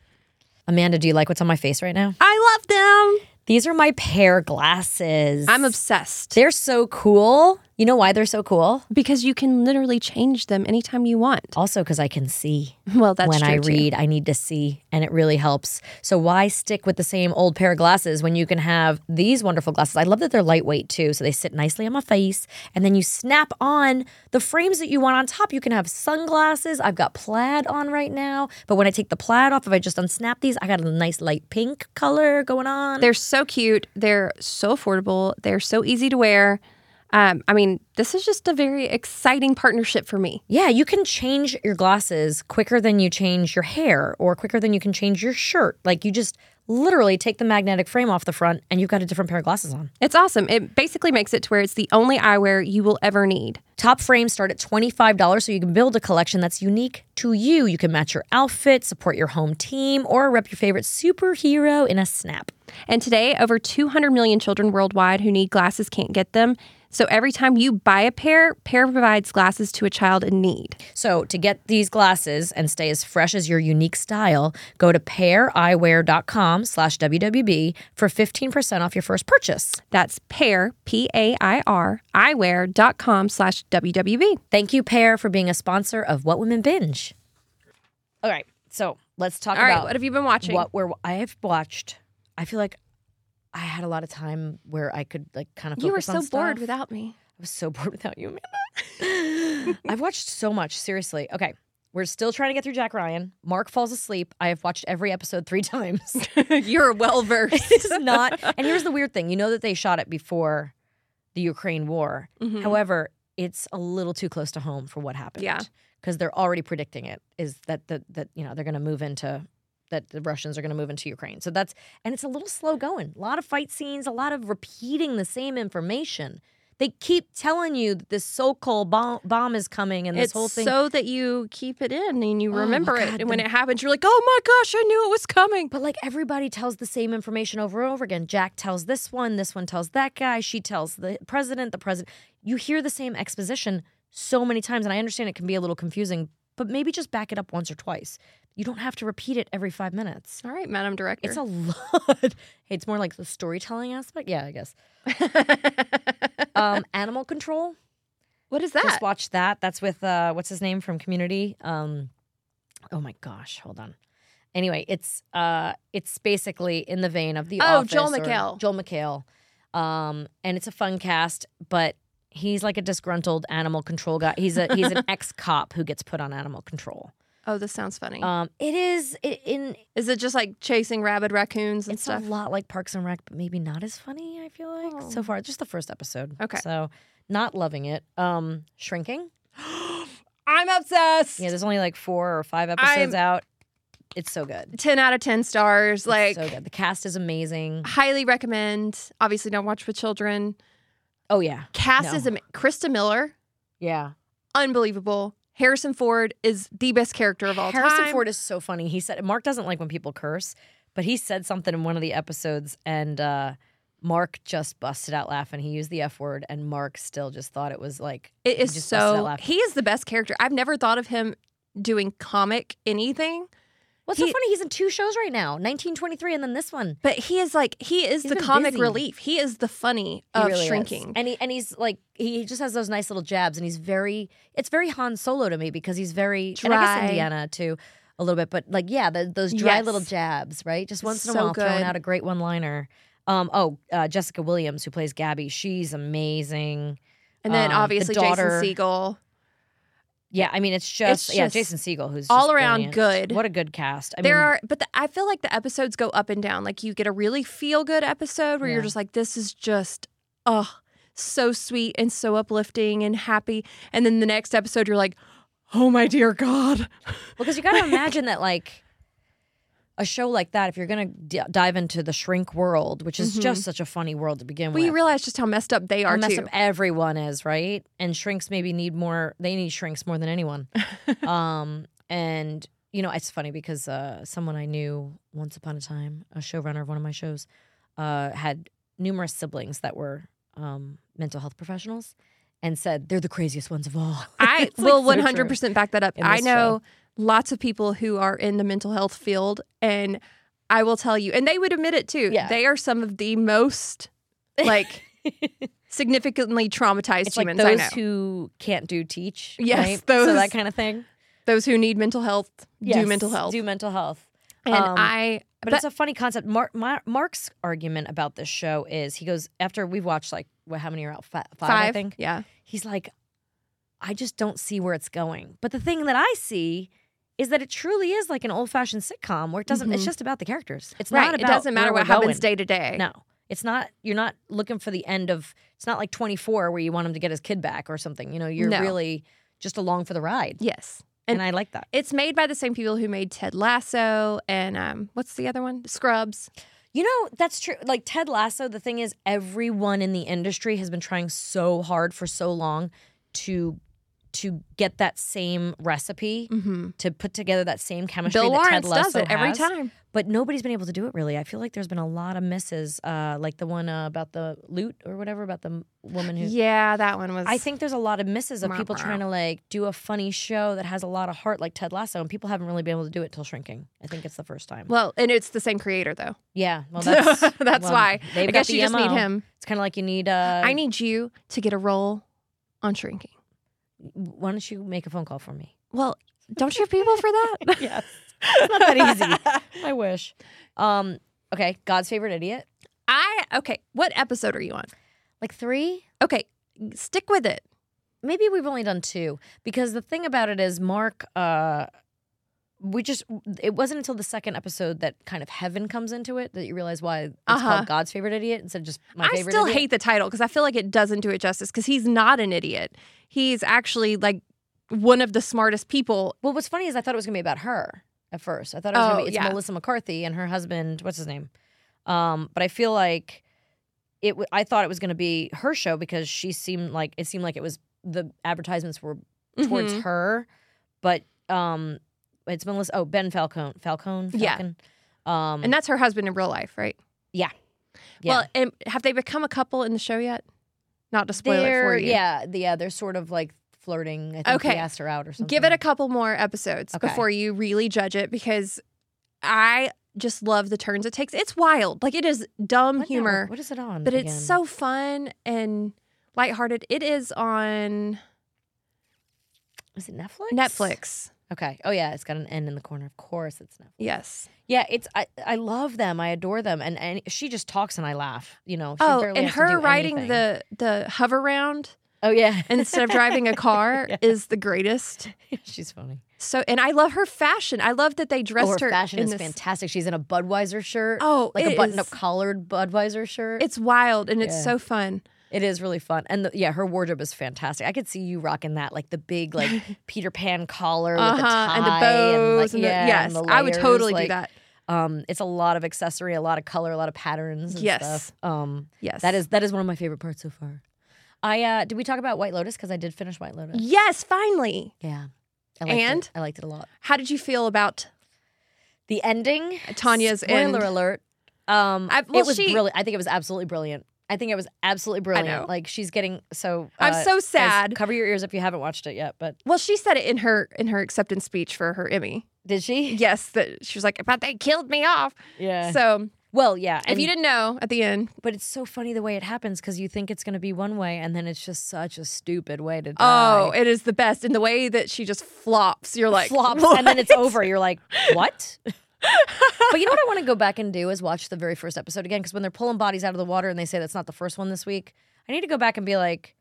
Speaker 1: Amanda, do you like what's on my face right now?
Speaker 2: I love them.
Speaker 1: These are my pear glasses.
Speaker 2: I'm obsessed
Speaker 1: they're so cool. You know why they're so cool?
Speaker 2: because you can literally change them anytime you want.
Speaker 1: Also, because I can see.
Speaker 2: Well, that's
Speaker 1: when
Speaker 2: true
Speaker 1: I
Speaker 2: too.
Speaker 1: read, I need to see, and it really helps. So why stick with the same old pair of glasses when you can have these wonderful glasses? I love that they're lightweight too, so they sit nicely on my face, and then you snap on the frames that you want on top. You can have sunglasses. I've got plaid on right now, but when I take the plaid off, if I just unsnap these, I got a nice light pink color going on.
Speaker 2: They're so cute. They're so affordable. They're so easy to wear. Um, I mean, this is just a very exciting partnership for me.
Speaker 1: Yeah, you can change your glasses quicker than you change your hair or quicker than you can change your shirt. Like you just literally take the magnetic frame off the front and you've got a different pair of glasses on.
Speaker 2: It's awesome. It basically makes it to where it's the only eyewear you will ever need.
Speaker 1: Top frames start at $25 so you can build a collection that's unique to you. You can match your outfit, support your home team, or rep your favorite superhero in a snap.
Speaker 2: And today, over 200 million children worldwide who need glasses can't get them. So every time you buy a pair, Pair provides glasses to a child in need.
Speaker 1: So, to get these glasses and stay as fresh as your unique style, go to paireyewear.com slash WWB for 15% off your first purchase.
Speaker 2: That's Pair, P A I R, eyewear.com slash WWB.
Speaker 1: Thank you, Pair, for being a sponsor of What Women Binge. All right, so let's talk
Speaker 2: All right,
Speaker 1: about
Speaker 2: what have you been watching?
Speaker 1: what we're I have watched. I feel like I had a lot of time where I could like kind of
Speaker 2: You were
Speaker 1: focus
Speaker 2: so
Speaker 1: on
Speaker 2: bored
Speaker 1: stuff.
Speaker 2: without me.
Speaker 1: I was so bored without you, Amanda. I've watched so much, seriously. Okay. We're still trying to get through Jack Ryan. Mark falls asleep. I have watched every episode three times.
Speaker 2: You're well versed.
Speaker 1: it's not. And here's the weird thing you know that they shot it before the Ukraine war. However, it's a little too close to home for what happened.
Speaker 2: Mm-hmm. Yeah.
Speaker 1: Because they're already predicting it is that, that, that you know, they're going to move into. That the Russians are going to move into Ukraine. So that's, and it's a little slow going. A lot of fight scenes, a lot of repeating the same information. They keep telling you that this Sokol bomb, bomb is coming and this
Speaker 2: it's
Speaker 1: whole thing.
Speaker 2: so that you keep it in and you
Speaker 1: Oh my
Speaker 2: remember it.
Speaker 1: God,
Speaker 2: And when
Speaker 1: the-
Speaker 2: it happens, you're like, oh my gosh, I knew it was coming.
Speaker 1: But like everybody tells the same information over and over again. Jack tells this one, this one tells that guy, she tells the president, the president. You hear the same exposition so many times, and I understand it can be a little confusing, but maybe just back it up once or twice. You don't have to repeat it every five minutes.
Speaker 2: All right, Madam Director.
Speaker 1: It's a lot. Hey, it's more like the storytelling aspect. Yeah, I guess. um, animal control.
Speaker 2: what is that?
Speaker 1: Just watch that. That's with uh, what's his name from Community. Um, oh my gosh, hold on. Anyway, it's uh, it's basically in the vein of the
Speaker 2: Oh, Joel
Speaker 1: Office or
Speaker 2: McHale.
Speaker 1: Joel McHale, um, and it's a fun cast, but he's like a disgruntled animal control guy. He's a he's an ex cop who gets put on animal control.
Speaker 2: Oh, this sounds funny.
Speaker 1: Um, it is it, in
Speaker 2: Is it just like chasing rabid raccoons and
Speaker 1: it's
Speaker 2: stuff?
Speaker 1: a lot like Parks and Rec, but maybe not as funny. I feel like so
Speaker 2: Oh.
Speaker 1: far, just the first episode.
Speaker 2: Okay.
Speaker 1: so not loving it. Um, shrinking.
Speaker 2: I'm obsessed.
Speaker 1: Yeah, there's only like four or five
Speaker 2: I'm-
Speaker 1: episodes out. It's so good.
Speaker 2: 10 out of 10 stars.
Speaker 1: It's
Speaker 2: Like,
Speaker 1: so good. The cast is amazing.
Speaker 2: highly recommend. Obviously, don't watch with children.
Speaker 1: Oh yeah,
Speaker 2: Cast
Speaker 1: No.
Speaker 2: is am- Krista Miller,
Speaker 1: yeah.
Speaker 2: unbelievable. Harrison Ford is the best character of all
Speaker 1: Harrison
Speaker 2: time.
Speaker 1: Ford is so funny. He said Mark doesn't like when people curse, but he said something in one of the episodes, and uh, Mark just busted out laughing. He used the f word, and Mark still just thought it was like
Speaker 2: It
Speaker 1: he
Speaker 2: is
Speaker 1: just busted out
Speaker 2: so.
Speaker 1: laughing.
Speaker 2: He is the best character. I've never thought of him doing comic anything,
Speaker 1: What's so
Speaker 2: He-
Speaker 1: funny? He's in two shows right now: 1923 and then this one.
Speaker 2: but he is like he is
Speaker 1: He's
Speaker 2: the
Speaker 1: been
Speaker 2: comic
Speaker 1: busy.
Speaker 2: relief. He is the funny
Speaker 1: He
Speaker 2: of
Speaker 1: really is.
Speaker 2: shrinking.
Speaker 1: and he and he's like he just has those nice little jabs, and he's very. It's very Han Solo to me because he's very and I guess
Speaker 2: Dry.
Speaker 1: Indiana too. A little bit, but like, yeah, the, those dry
Speaker 2: Yes.
Speaker 1: little jabs, right? Just once in a
Speaker 2: So
Speaker 1: while, throwing
Speaker 2: good.
Speaker 1: out a great one-liner. Um, oh, uh, Jessica Williams, who plays Gabby, she's amazing.
Speaker 2: And then
Speaker 1: Um, the
Speaker 2: obviously
Speaker 1: daughter-
Speaker 2: Jason Segel.
Speaker 1: Yeah, I mean, it's just, yeah,
Speaker 2: just
Speaker 1: Jason Siegel, who's
Speaker 2: all
Speaker 1: just
Speaker 2: around
Speaker 1: brilliant.
Speaker 2: good.
Speaker 1: What a good cast! I
Speaker 2: there
Speaker 1: mean,
Speaker 2: are, but the, I feel like the episodes go up and down. Like you get a really feel good episode where
Speaker 1: Yeah.
Speaker 2: you're just like, this is just, oh, so sweet and so uplifting and happy. And then the next episode, you're like, oh my dear God.
Speaker 1: Because you got to imagine that, like, a show like that, if you're going to d- dive into the shrink world, which is
Speaker 2: Mhm.
Speaker 1: just such a funny world to begin
Speaker 2: Well,
Speaker 1: with.
Speaker 2: you realize just how messed up they
Speaker 1: Oh how
Speaker 2: are
Speaker 1: messed
Speaker 2: too.
Speaker 1: up everyone is, right? And shrinks maybe need more, they need shrinks more than anyone. um, and, you know, it's funny because uh, someone I knew once upon a time, a showrunner of one of my shows, uh, had numerous siblings that were um, mental health professionals and said they're the craziest ones of all.
Speaker 2: I
Speaker 1: It's, like,
Speaker 2: will
Speaker 1: so true.
Speaker 2: 100% back that up.
Speaker 1: in
Speaker 2: I
Speaker 1: this
Speaker 2: know lots of people who are in the mental health field, and I will tell you, and they would admit it too.
Speaker 1: Yeah.
Speaker 2: They are some of the most like significantly traumatized
Speaker 1: it's like
Speaker 2: humans
Speaker 1: those
Speaker 2: I know.
Speaker 1: who can't do teach.
Speaker 2: Yes,
Speaker 1: right? so
Speaker 2: those-
Speaker 1: that kind of thing.
Speaker 2: those who need mental health do
Speaker 1: Yes,
Speaker 2: mental health.
Speaker 1: Do mental health.
Speaker 2: and
Speaker 1: um,
Speaker 2: I,
Speaker 1: But, it's a funny concept. Mark, Mar- Mark's argument about this show is he goes after we've watched like what how many are out Fi- five, I think
Speaker 2: Yeah.
Speaker 1: he's like, I just don't see where it's going. But the thing that I see is that it truly is like an old fashioned sitcom where it doesn't. It's
Speaker 2: Mhm.
Speaker 1: just about the characters. It's
Speaker 2: right.
Speaker 1: not
Speaker 2: it
Speaker 1: about
Speaker 2: doesn't matter
Speaker 1: where
Speaker 2: what
Speaker 1: we're
Speaker 2: happens day
Speaker 1: going.
Speaker 2: to day.
Speaker 1: No. It's not you're not looking for the end of it's not like 24 where you want him to get his kid back or something. You know, you're
Speaker 2: No.
Speaker 1: really just along for the ride.
Speaker 2: Yes.
Speaker 1: And,
Speaker 2: And-
Speaker 1: I like that.
Speaker 2: It's made by the same people who made Ted Lasso and um, what's the other one? Scrubs.
Speaker 1: You know, that's true. Like Ted Lasso, the thing is everyone in the industry has been trying so hard for so long to to get that same recipe,
Speaker 2: Mm-hmm.
Speaker 1: to put together that same chemistry
Speaker 2: Bill
Speaker 1: that Ted
Speaker 2: Lawrence
Speaker 1: Lasso
Speaker 2: does it every
Speaker 1: has.
Speaker 2: time.
Speaker 1: But nobody's been able to do it really. I feel like there's been a lot of misses, uh, like the one uh, about the loot or whatever about the m- woman who
Speaker 2: Yeah, that one was.
Speaker 1: I think there's a lot of misses of
Speaker 2: Wah,
Speaker 1: people
Speaker 2: wah.
Speaker 1: trying to like do a funny show that has a lot of heart, like Ted Lasso, and people haven't really been able to do it till Shrinking. I think it's the first time.
Speaker 2: Well, and it's the same creator though.
Speaker 1: yeah, well, that's
Speaker 2: That's
Speaker 1: well,
Speaker 2: why.
Speaker 1: they've
Speaker 2: I
Speaker 1: got
Speaker 2: guess
Speaker 1: the
Speaker 2: you just need
Speaker 1: MO.
Speaker 2: him.
Speaker 1: It's kind of like you need. Uh,
Speaker 2: I need you to get a role on Shrinking.
Speaker 1: Why don't you make a phone call for me?
Speaker 2: Well, don't you have people for that?
Speaker 1: yes, it's not that easy. I wish. Um. Okay, God's favorite idiot.
Speaker 2: I okay. What episode are you on?
Speaker 1: Like three.
Speaker 2: Okay, stick with it.
Speaker 1: maybe we've only done two because the thing about it is mark uh we just it wasn't until the second episode that kind of heaven comes into it that you realize why it's
Speaker 2: Uh-huh.
Speaker 1: called god's favorite idiot instead of just my
Speaker 2: I
Speaker 1: favorite
Speaker 2: still
Speaker 1: idiot.
Speaker 2: hate the title because I feel like it doesn't do it justice because he's not an idiot. He's actually like one of the smartest people.
Speaker 1: well what's funny is i thought it was gonna be about her at first i thought it was gonna
Speaker 2: Oh,
Speaker 1: be it's
Speaker 2: yeah.
Speaker 1: melissa mccarthy and her husband what's his name um but i feel like it w- i thought it was gonna be her show because she seemed like it seemed like it was the advertisements were towards
Speaker 2: Mhm.
Speaker 1: her, but um, it's Melissa. Oh, Ben Falcone, Falcone,
Speaker 2: Yeah.
Speaker 1: Falcon. Yeah. Um,
Speaker 2: and that's her husband in real life, right?
Speaker 1: yeah.
Speaker 2: Well, and have they become a couple in the show yet? Not to spoil it
Speaker 1: they're
Speaker 2: for you.
Speaker 1: yeah, the- yeah, they're sort of like flirting. I think he
Speaker 2: Okay.
Speaker 1: asked her out or something.
Speaker 2: Give it a couple more episodes
Speaker 1: Okay.
Speaker 2: before you really judge it because I just love the turns it takes. It's wild. Like it is dumb
Speaker 1: What
Speaker 2: humor.
Speaker 1: network- What is it on?
Speaker 2: but it's
Speaker 1: again?
Speaker 2: so fun and lighthearted. It is on
Speaker 1: Is it Netflix?
Speaker 2: Netflix.
Speaker 1: Okay. Oh yeah, it's got an N in the corner. Of course, it's Netflix.
Speaker 2: Yes.
Speaker 1: Yeah, it's I. I love them. I adore them. And and she just talks and I laugh. You know. She
Speaker 2: oh,
Speaker 1: barely
Speaker 2: and
Speaker 1: has to do
Speaker 2: her riding
Speaker 1: anything.
Speaker 2: the the hover round
Speaker 1: Oh yeah.
Speaker 2: instead of driving a car
Speaker 1: Yeah.
Speaker 2: is the greatest.
Speaker 1: She's funny.
Speaker 2: So and I love her fashion. I love that they dressed
Speaker 1: Oh, her fashion
Speaker 2: in
Speaker 1: is
Speaker 2: this-
Speaker 1: fantastic. She's in a Budweiser shirt.
Speaker 2: Oh,
Speaker 1: like a
Speaker 2: it
Speaker 1: button-up
Speaker 2: is.
Speaker 1: collared Budweiser shirt.
Speaker 2: It's wild and it's
Speaker 1: Yeah.
Speaker 2: so fun.
Speaker 1: It is really fun, and the, yeah, her wardrobe is fantastic. I could see you rocking that, like the big like Peter Pan collar with the
Speaker 2: Uh-huh,
Speaker 1: tie
Speaker 2: and the bows
Speaker 1: like,
Speaker 2: and the-
Speaker 1: yeah,
Speaker 2: yes,
Speaker 1: and the
Speaker 2: I would
Speaker 1: layers,
Speaker 2: totally do
Speaker 1: like,
Speaker 2: that.
Speaker 1: Um, it's a lot of accessory, a lot of color, a lot of patterns. And
Speaker 2: Yes.
Speaker 1: stuff. Um,
Speaker 2: Yes.
Speaker 1: that is that is one of my favorite parts so far. I uh, did we talk about White Lotus because I did finish White Lotus.
Speaker 2: Yes, finally.
Speaker 1: Yeah, I liked
Speaker 2: And?
Speaker 1: it. I liked it a lot.
Speaker 2: How did you feel about
Speaker 1: The ending,
Speaker 2: Tanya's
Speaker 1: spoiler
Speaker 2: end.
Speaker 1: alert. Um,
Speaker 2: I- well,
Speaker 1: it was
Speaker 2: she-
Speaker 1: brilliant. I think it was absolutely brilliant. I think it was absolutely brilliant.
Speaker 2: know.
Speaker 1: Like she's getting so.
Speaker 2: I'm
Speaker 1: uh,
Speaker 2: so
Speaker 1: guys,
Speaker 2: sad.
Speaker 1: cover your ears if you haven't watched it yet, but
Speaker 2: Well, she said it in her in her acceptance speech for her Emmy.
Speaker 1: did she?
Speaker 2: Yes, that she was like, "But they killed me off."
Speaker 1: Yeah.
Speaker 2: So,
Speaker 1: well, yeah.
Speaker 2: if
Speaker 1: and-
Speaker 2: you didn't know at the end,
Speaker 1: but it's so funny the way it happens because you think it's going to be one way, and then it's just such a stupid way to die.
Speaker 2: oh, it is the best. And the way that she just flops, you're like,
Speaker 1: flops
Speaker 2: "What?"
Speaker 1: and then it's over. You're like, what? but you know what I want to go back and do is watch the very first episode again because when they're pulling bodies out of the water and they say that's not the first one this week, I need to go back and be like,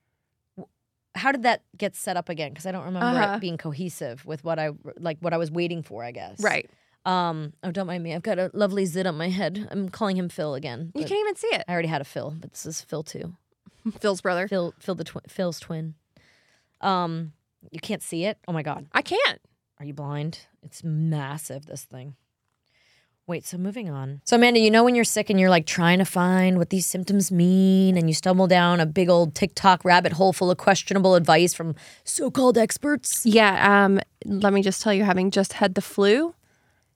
Speaker 1: w- how did that get set up again? Because I don't remember
Speaker 2: Uh-huh.
Speaker 1: it being cohesive with what I like what I was waiting for. I guess
Speaker 2: right.
Speaker 1: Um. Oh, don't mind me. I've got a lovely zit on my head. I'm calling him Phil again.
Speaker 2: You
Speaker 1: but
Speaker 2: can't even see it.
Speaker 1: I already had a Phil, but this is Phil too.
Speaker 2: Phil's brother.
Speaker 1: Phil, Phil the twi- Phil's twin. Um, you can't see it. Oh my god.
Speaker 2: I can't.
Speaker 1: Are you blind? It's massive, this thing. Wait, so moving on. So, Amanda, you know when you're sick and you're like trying to find what these symptoms mean, and you stumble down a big old TikTok rabbit hole full of questionable advice from so called experts?
Speaker 2: Yeah. Um, let me just tell you, having just had the flu,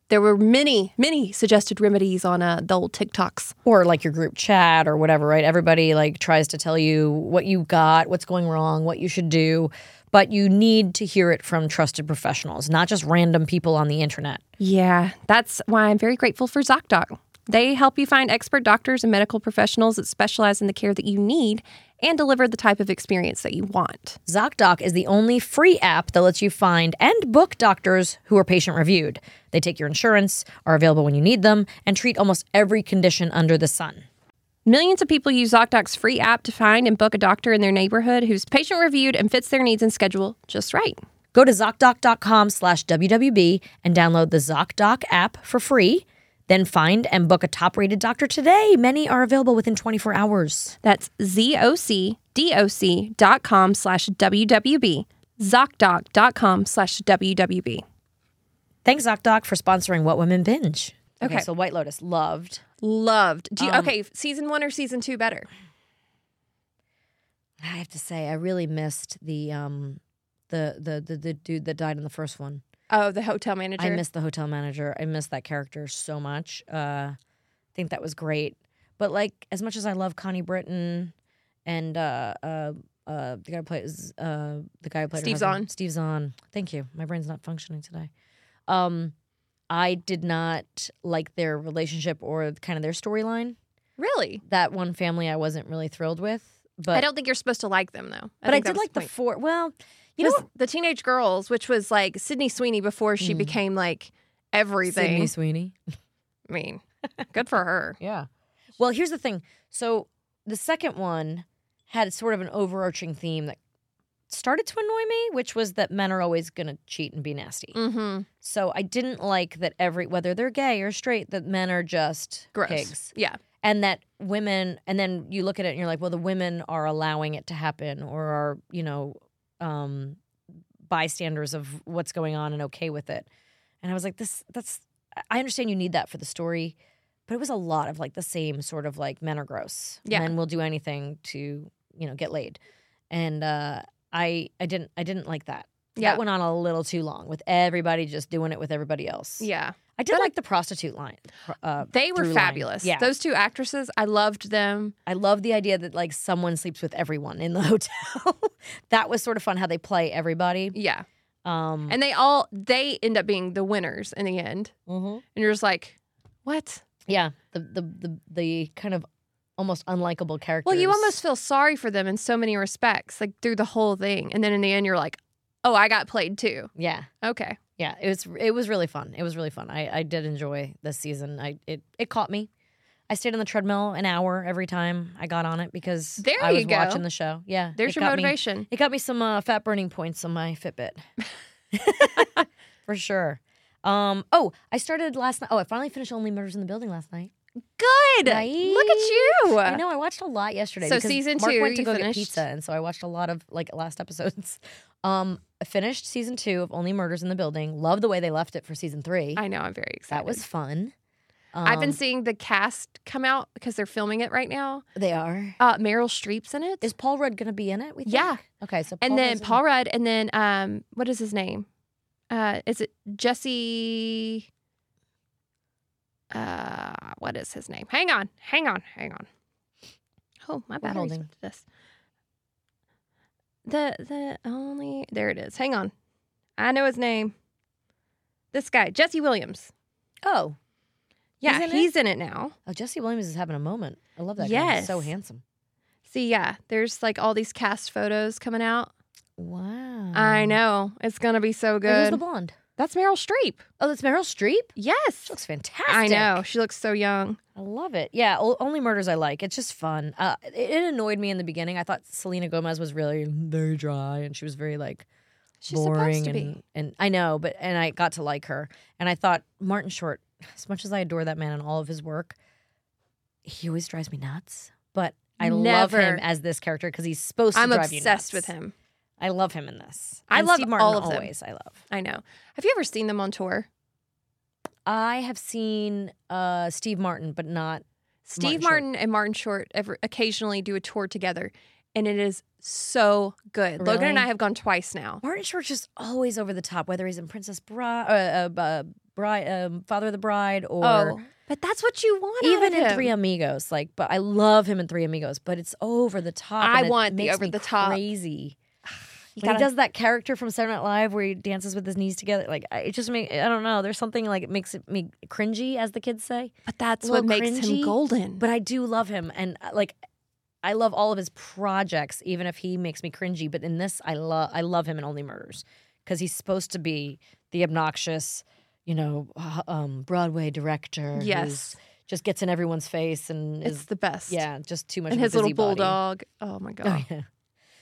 Speaker 2: there were many, many suggested remedies on uh, the old TikToks.
Speaker 1: Or like your group chat or whatever, right? Everybody like tries to tell you what you got, what's going wrong, what you should do, but you need to hear it from trusted professionals, not just random people on the internet.
Speaker 2: Yeah, that's why I'm very grateful for ZocDoc. They help you find expert doctors and medical professionals that specialize in the care that you need and deliver the type of experience that you want.
Speaker 1: ZocDoc is the only free app that lets you find and book doctors who are patient reviewed. They take your insurance, are available when you need them, and treat almost every condition under the sun.
Speaker 2: Millions of people use ZocDoc's free app to find and book a doctor in their neighborhood who's patient reviewed and fits their needs and schedule just right.
Speaker 1: Go to ZocDoc.com slash WWB and download the ZocDoc app for free. Then find and book a top rated doctor today. Many are available within 24 hours.
Speaker 2: That's zocdoc.com slash WWB. ZocDoc.com slash WWB.
Speaker 1: Thanks, ZocDoc, for sponsoring What Women Binge.
Speaker 2: Okay.
Speaker 1: so White Lotus, loved.
Speaker 2: Loved. Do you,
Speaker 1: Um,
Speaker 2: okay, season one or season two better?
Speaker 1: I have to say, I really missed the um the the the, the dude that died in the first one.
Speaker 2: Oh, the hotel manager.
Speaker 1: I miss the hotel manager. I miss that character so much. Uh, I think that was great. But like, as much as I love Connie Britton and uh, uh, uh, the guy who plays uh, the guy who played her
Speaker 2: Steve
Speaker 1: husband-
Speaker 2: Zahn.
Speaker 1: Steve Zahn. Thank you. My brain's not functioning today. Um, I did not like their relationship or kind of their storyline.
Speaker 2: really?
Speaker 1: That one family, I wasn't really thrilled with. But
Speaker 2: I don't think you're supposed to like them though.
Speaker 1: but I,
Speaker 2: think that
Speaker 1: did
Speaker 2: was
Speaker 1: like the
Speaker 2: point.
Speaker 1: four. Well, you
Speaker 2: It
Speaker 1: know,
Speaker 2: was the teenage girls, which was like Sydney Sweeney before she became like
Speaker 1: what?
Speaker 2: everything.
Speaker 1: Mm. Sydney Sweeney.
Speaker 2: I mean, good for her.
Speaker 1: Yeah. Well, here's the thing. So the second one had sort of an overarching theme that started to annoy me, which was that men are always going to cheat and be nasty.
Speaker 2: Mm-hmm.
Speaker 1: So I didn't like that every whether they're gay or straight that men are just
Speaker 2: Gross.
Speaker 1: pigs
Speaker 2: Yeah.
Speaker 1: and that women and then you look at it and you're like, well, the women are allowing it to happen or are, you know, um bystanders of what's going on and okay with it. And I was like, this that's I understand you need that for the story, but it was a lot of like the same sort of like men are gross.
Speaker 2: Yeah.
Speaker 1: Men will do anything to, you know, get laid. And uh I I didn't I didn't like that.
Speaker 2: Yeah.
Speaker 1: That went on a little too long with everybody just doing it with everybody else.
Speaker 2: Yeah.
Speaker 1: I did
Speaker 2: But I-
Speaker 1: like the prostitute line. pro- Uh,
Speaker 2: They were
Speaker 1: through line.
Speaker 2: fabulous.
Speaker 1: Yeah.
Speaker 2: Those two actresses, I loved them.
Speaker 1: I love the idea that like someone sleeps with everyone in the hotel. that was sort of fun how they play everybody.
Speaker 2: Yeah.
Speaker 1: Um,
Speaker 2: And they all they end up being the winners in the end.
Speaker 1: mhm.
Speaker 2: And you're just like, what?
Speaker 1: yeah, the, the the the kind of almost unlikable characters.
Speaker 2: Well, you almost feel sorry for them in so many respects, like through the whole thing. And then in the end you're like, Oh, I got played too.
Speaker 1: yeah
Speaker 2: Okay.
Speaker 1: yeah. It was it was really fun. It was really fun. I, I did enjoy this season. I it it caught me. I stayed on the treadmill an hour every time I got on it because
Speaker 2: There
Speaker 1: I
Speaker 2: you
Speaker 1: was
Speaker 2: go.
Speaker 1: watching the show. Yeah,
Speaker 2: There's
Speaker 1: it
Speaker 2: your
Speaker 1: got me-
Speaker 2: motivation.
Speaker 1: It got me some uh, fat burning points on my Fitbit. for sure. Um, oh, I started last night. Oh, I finally finished Only Murders in the Building last night.
Speaker 2: Good.
Speaker 1: Right?
Speaker 2: Look at you.
Speaker 1: I know I watched a lot yesterday.
Speaker 2: So
Speaker 1: because
Speaker 2: season
Speaker 1: Mark
Speaker 2: two,
Speaker 1: went to
Speaker 2: you
Speaker 1: go get
Speaker 2: finished?
Speaker 1: pizza, and so I watched a lot of like last episodes. Um, I finished season two of Only Murders in the Building. Love the way they left it for season three.
Speaker 2: I know. I'm very excited.
Speaker 1: that was fun.
Speaker 2: I've been
Speaker 1: Um,
Speaker 2: seeing the cast come out because they're filming it right now.
Speaker 1: They are.
Speaker 2: Uh, Meryl Streep's in it,
Speaker 1: Is Paul Rudd gonna be in it? We think?
Speaker 2: Yeah.
Speaker 1: Okay, so
Speaker 2: and
Speaker 1: Paul
Speaker 2: then
Speaker 1: Rudd's in
Speaker 2: Paul Rudd, and then um, what is his name? Uh, is it Jesse? Uh, what is his name? Hang on, hang on, hang on. Oh, my battery's
Speaker 1: holding.
Speaker 2: this. The the only there it is. Hang on, I know his name. This guy, Jesse Williams.
Speaker 1: Oh,
Speaker 2: Yeah,
Speaker 1: He's in it?
Speaker 2: he's in it now.
Speaker 1: oh, Jesse Williams is having a moment. I love that. guy. He's so
Speaker 2: Yes.
Speaker 1: handsome.
Speaker 2: See, yeah, there's like all these cast photos coming out.
Speaker 1: Wow.
Speaker 2: I know. It's going to be so
Speaker 1: Wait, Who's
Speaker 2: good.
Speaker 1: Mm. the blonde?
Speaker 2: That's Meryl Streep.
Speaker 1: Oh, that's Meryl Streep.
Speaker 2: Yes.
Speaker 1: She looks fantastic.
Speaker 2: I know. She looks so young.
Speaker 1: I love it. Yeah, o- only murders I like. It's just fun. Uh, it, it annoyed me in the beginning. I thought Selena Gomez was really very dry, and she was very like
Speaker 2: She's
Speaker 1: boring.
Speaker 2: supposed to
Speaker 1: and,
Speaker 2: be.
Speaker 1: and I know, but and I got to like her. And I thought Martin Short, as much as I adore that man and all of his work, he always drives me nuts. But I love
Speaker 2: Never.
Speaker 1: him as this character because he's supposed to
Speaker 2: I'm
Speaker 1: drive you nuts.
Speaker 2: obsessed with him.
Speaker 1: I love him in this.
Speaker 2: I
Speaker 1: And
Speaker 2: love
Speaker 1: Steve Martin
Speaker 2: all of them.
Speaker 1: always. I love.
Speaker 2: I know. Have you ever seen them on tour?
Speaker 1: I have seen uh, Steve Martin, but not
Speaker 2: Steve
Speaker 1: Martin Short.
Speaker 2: Martin, and Martin Short ever, occasionally do a tour together, and it is so good. Logan and
Speaker 1: Really?
Speaker 2: I have gone twice now.
Speaker 1: Martin Short's just always over the top, whether he's in Princess Bride, uh, uh, uh, Bride, um, Father of the Bride, or
Speaker 2: oh, but that's what you want. out
Speaker 1: even
Speaker 2: of
Speaker 1: in
Speaker 2: him.
Speaker 1: Three Amigos. Like, but I love him in Three Amigos, but it's over the top.
Speaker 2: I
Speaker 1: and it
Speaker 2: want the
Speaker 1: makes
Speaker 2: over
Speaker 1: me
Speaker 2: the top.
Speaker 1: crazy.
Speaker 2: You
Speaker 1: When he
Speaker 2: gotta-
Speaker 1: does that character from Saturday Night Live where he dances with his knees together, like I- it just make I don't know. There's something like it makes it me cringy, as the kids say.
Speaker 2: but that's
Speaker 1: a
Speaker 2: what
Speaker 1: little
Speaker 2: makes
Speaker 1: cringy,
Speaker 2: him golden.
Speaker 1: But I do love him, and uh, like I love all of his projects, even if he makes me cringy. But in this, I love I love him in Only Murders because he's supposed to be the obnoxious, you know, uh, um, Broadway director. who's-
Speaker 2: yes,
Speaker 1: just gets in everyone's face and
Speaker 2: it's
Speaker 1: is
Speaker 2: the best.
Speaker 1: yeah, just too much.
Speaker 2: and
Speaker 1: of a
Speaker 2: his little
Speaker 1: busybody.
Speaker 2: bulldog. Oh my god,
Speaker 1: Oh, yeah.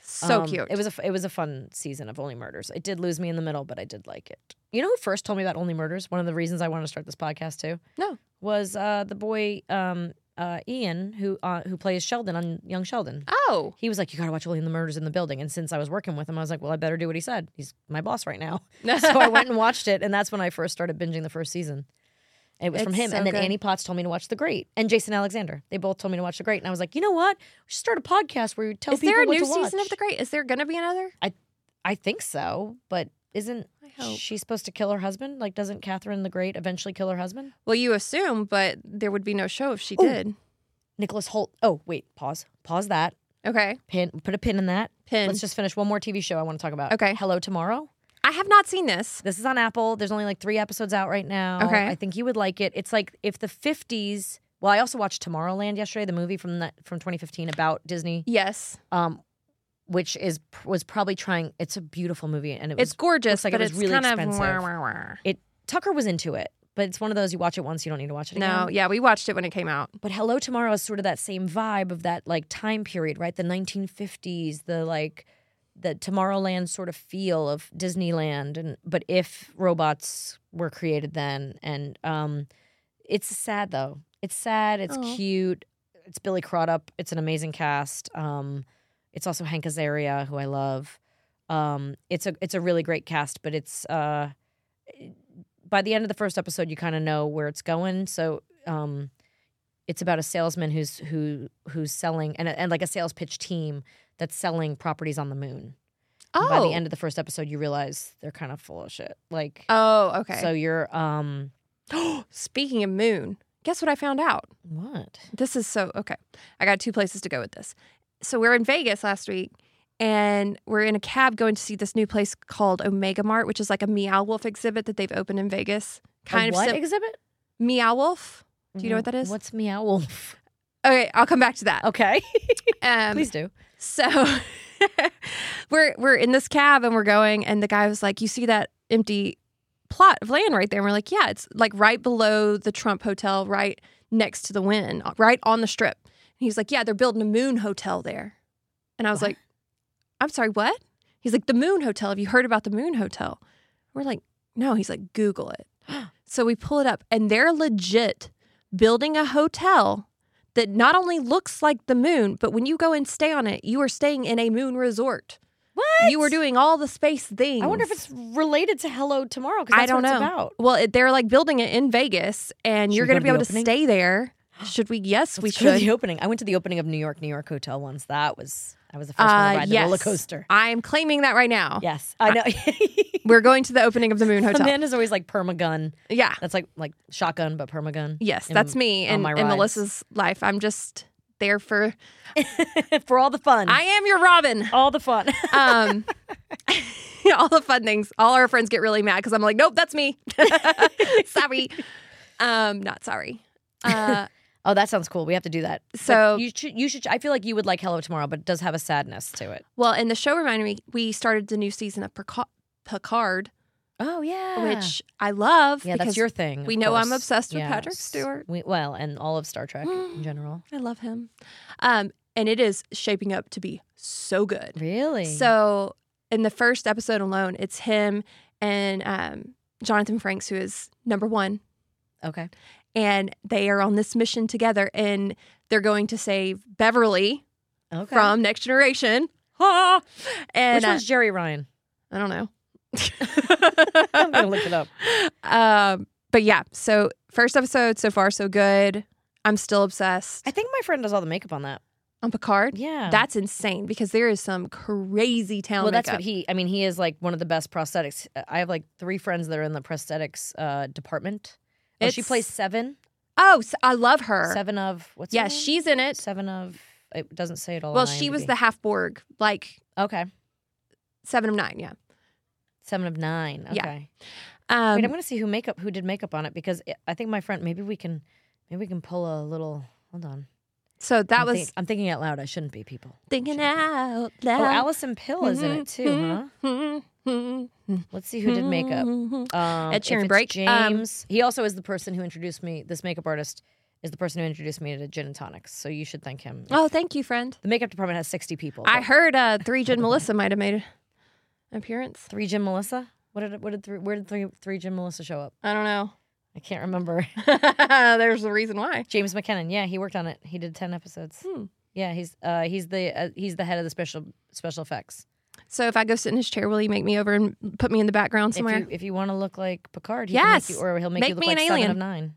Speaker 2: so
Speaker 1: Um,
Speaker 2: cute.
Speaker 1: It was a f- it was a fun season of Only Murders. It did lose me in the middle, but I did like it. You know who first told me about Only Murders? One of the reasons I wanted to start this podcast too.
Speaker 2: No.
Speaker 1: was uh, the boy um, uh, Ian who uh, who plays Sheldon on Young Sheldon.
Speaker 2: oh,
Speaker 1: He was like, "You got to watch Only the Murders in the Building." And since I was working with him, I was like, "Well, I better do what he said. He's my boss right now." so I went and watched it, and that's when I first started binging the first season. It was from
Speaker 2: It's
Speaker 1: him,
Speaker 2: so
Speaker 1: and then
Speaker 2: good.
Speaker 1: Annie Potts told me to watch The Great, and Jason Alexander. They both told me to watch The Great, and I was like, you know what? We should start a podcast where you tell
Speaker 2: Is
Speaker 1: people
Speaker 2: there a
Speaker 1: what
Speaker 2: new
Speaker 1: to watch.
Speaker 2: season of The Great? Is there going to be another?
Speaker 1: I think so, but isn't
Speaker 2: I hope.
Speaker 1: she supposed to kill her husband? Like, doesn't Catherine the Great eventually kill her husband?
Speaker 2: Well, you assume, but there would be no show if she
Speaker 1: Ooh.
Speaker 2: did.
Speaker 1: Nicholas Holt. Oh, wait, pause, pause that.
Speaker 2: Okay.
Speaker 1: Pin, put a pin in that.
Speaker 2: Pin.
Speaker 1: Let's just finish one more TV show I want to talk about.
Speaker 2: Okay.
Speaker 1: Hello Tomorrow.
Speaker 2: I have not seen this.
Speaker 1: This is on Apple. There's only like three episodes out right now.
Speaker 2: Okay.
Speaker 1: I think you would like it. It's like if the 50s. Well, I also watched Tomorrowland yesterday, the movie from the, from 2015 about Disney,
Speaker 2: Yes.
Speaker 1: um, which is was probably trying. It's a beautiful movie, and it was
Speaker 2: It's gorgeous,
Speaker 1: looks like it
Speaker 2: but
Speaker 1: was
Speaker 2: it's
Speaker 1: really
Speaker 2: kind
Speaker 1: expensive.
Speaker 2: of. wah, wah, wah.
Speaker 1: it. Tucker was into it, but it's one of those you watch it once, you don't need to watch it again.
Speaker 2: No, yeah, we watched it when it came out.
Speaker 1: But Hello Tomorrow is sort of that same vibe of that like time period, right? The 1950s, the like the Tomorrowland sort of feel of Disneyland and but if robots were created then and um it's sad though. It's sad, it's
Speaker 2: Aw.
Speaker 1: cute. It's Billy Crudup, it's an amazing cast. Um it's also Hank Azaria who I love. Um it's a it's a really great cast, but it's uh by the end of the first episode you kind of know where it's going, so um it's about a salesman who's who who's selling and and like a sales pitch team that's selling properties on the moon. And
Speaker 2: Oh.
Speaker 1: By the end of the first episode, you realize they're kind of full of shit. Like,
Speaker 2: oh,
Speaker 1: so
Speaker 2: okay.
Speaker 1: you're um
Speaker 2: Speaking of moon, guess what I found out?
Speaker 1: what?
Speaker 2: This is so okay. I got two places to go with this. So we're in Vegas last week and we're in a cab going to see this new place called Omega Mart, which is like a Meow Wolf exhibit that they've opened in Vegas. Kind
Speaker 1: a
Speaker 2: of
Speaker 1: what
Speaker 2: sim-
Speaker 1: exhibit?
Speaker 2: Meow Wolf. Do you know what that is?
Speaker 1: What's meow wolf?
Speaker 2: Okay, I'll come back to that.
Speaker 1: Okay,
Speaker 2: Um,
Speaker 1: Oh, please do.
Speaker 2: So we're we're in this cab and we're going, and the guy was like, "You see that empty plot of land right there?" And we're like, "Yeah, it's like right below the Trump Hotel, right next to the Win, right on the Strip." And he's like, "Yeah, they're building a Moon Hotel there," and I was
Speaker 1: What?
Speaker 2: like, "I'm sorry, what?" He's like, "The Moon Hotel. Have you heard about the Moon Hotel?" We're like, no, he's like, Google it. So we pull it up, and they're legit building a hotel that not only looks like the moon, but when you go and stay on it, you are staying in a moon resort.
Speaker 1: What?
Speaker 2: You are doing all the space things.
Speaker 1: I wonder if it's related to Hello Tomorrow because
Speaker 2: I
Speaker 1: that's
Speaker 2: don't
Speaker 1: what
Speaker 2: know.
Speaker 1: it's about.
Speaker 2: Well, it, they're like building it in Vegas, and
Speaker 1: Should
Speaker 2: you're
Speaker 1: we
Speaker 2: going to
Speaker 1: go to
Speaker 2: be able
Speaker 1: the
Speaker 2: to
Speaker 1: opening?
Speaker 2: stay there. Should we? Yes, we
Speaker 1: Let's go to
Speaker 2: should.
Speaker 1: the opening. I went to the opening of New York, New York Hotel once. That was I was the first one
Speaker 2: Uh,
Speaker 1: to ride the
Speaker 2: yes.
Speaker 1: roller coaster.
Speaker 2: I am claiming that right now.
Speaker 1: Yes, I know.
Speaker 2: We're going to the opening of the Moon Hotel.
Speaker 1: Amanda's always like permagun.
Speaker 2: yeah.
Speaker 1: That's like like shotgun, but permagun.
Speaker 2: Yes,
Speaker 1: in-
Speaker 2: that's me
Speaker 1: on
Speaker 2: and,
Speaker 1: my
Speaker 2: and
Speaker 1: rides.
Speaker 2: Melissa's life. I'm just there for.
Speaker 1: for all the fun.
Speaker 2: I am your Robin.
Speaker 1: all the fun.
Speaker 2: Um, all the fun things. All our friends get really mad because I'm like, nope, that's me. sorry. Um, not sorry. Uh,
Speaker 1: oh, that sounds cool. We have to do that. But
Speaker 2: So-
Speaker 1: you should you should. I feel like you would like Hello Tomorrow, but it does have a sadness to it.
Speaker 2: well, and the show reminded me we started the new season of Pica- Picard,
Speaker 1: Oh yeah,
Speaker 2: which I love.
Speaker 1: yeah,
Speaker 2: because
Speaker 1: that's your thing.
Speaker 2: we
Speaker 1: of
Speaker 2: know I'm
Speaker 1: course.
Speaker 2: obsessed with Patrick Stewart.
Speaker 1: We, well, and all of Star Trek in general.
Speaker 2: I love him. Um, and it is shaping up to be so good.
Speaker 1: Really?
Speaker 2: So in the first episode alone, it's him and um, Jonathan Franks, who is number one,
Speaker 1: okay.
Speaker 2: and they are on this mission together, and they're going to save Beverly
Speaker 1: Okay.
Speaker 2: from Next Generation. Ha! And
Speaker 1: Which
Speaker 2: uh,
Speaker 1: one's Jerry Ryan?
Speaker 2: I don't know.
Speaker 1: I'm gonna look it up.
Speaker 2: Um, but yeah, so first episode so far so good. I'm still obsessed
Speaker 1: I think my friend does all the makeup on that.
Speaker 2: on Picard.
Speaker 1: Yeah.
Speaker 2: That's insane because there is some crazy town
Speaker 1: well,
Speaker 2: makeup.
Speaker 1: that's what he. I mean, he is like one of the best prosthetics. I have like three friends that are in the prosthetics uh, department. Oh, she
Speaker 2: It's-
Speaker 1: plays seven.
Speaker 2: oh, so- I love her.
Speaker 1: Seven Oh, of what's? her
Speaker 2: Yes,
Speaker 1: name?
Speaker 2: she's in it.
Speaker 1: seven of. It doesn't say it all.
Speaker 2: Well,
Speaker 1: on
Speaker 2: she was
Speaker 1: IMDb.
Speaker 2: the half Borg, like
Speaker 1: okay
Speaker 2: seven of nine. Yeah.
Speaker 1: seven of nine.
Speaker 2: Yeah.
Speaker 1: Okay.
Speaker 2: Um,
Speaker 1: Wait, I'm gonna see who makeup who did makeup on it because it, I think my friend. Maybe we can. Maybe we can pull a little. Hold on.
Speaker 2: so that
Speaker 1: I'm
Speaker 2: was
Speaker 1: think- I'm thinking out loud. I shouldn't be people.
Speaker 2: thinking
Speaker 1: shouldn't be.
Speaker 2: out
Speaker 1: Oh,
Speaker 2: loud.
Speaker 1: Allison Pill is in it too,
Speaker 2: Mm-hmm.
Speaker 1: huh? Let's see who did makeup.
Speaker 2: Mm-hmm.
Speaker 1: Um,
Speaker 2: Ed
Speaker 1: if
Speaker 2: Sheeran
Speaker 1: it's
Speaker 2: break. Um,
Speaker 1: James. he also is the person who introduced me. This makeup artist is the person who introduced me to gin and tonics. So you should thank him.
Speaker 2: Oh, thank you, friend.
Speaker 1: The makeup department has 60 people.
Speaker 2: I
Speaker 1: but
Speaker 2: heard uh, Three Gen Melissa might have made an appearance.
Speaker 1: three Jim Melissa. What did what did three, where did three three Jim Melissa show up?
Speaker 2: I don't know.
Speaker 1: I can't remember.
Speaker 2: There's a reason why.
Speaker 1: James McKinnon. Yeah, he worked on it. He did 10 episodes.
Speaker 2: Hmm.
Speaker 1: Yeah, he's uh, he's the uh, he's the head of the special special effects.
Speaker 2: So if I go sit in his chair, will he make me over and put me in the background somewhere?
Speaker 1: If you if you want to look like Picard, he can make you-
Speaker 2: Yes.
Speaker 1: or he'll make,
Speaker 2: Make
Speaker 1: you look
Speaker 2: me
Speaker 1: like
Speaker 2: an
Speaker 1: seven
Speaker 2: alien.
Speaker 1: of nine.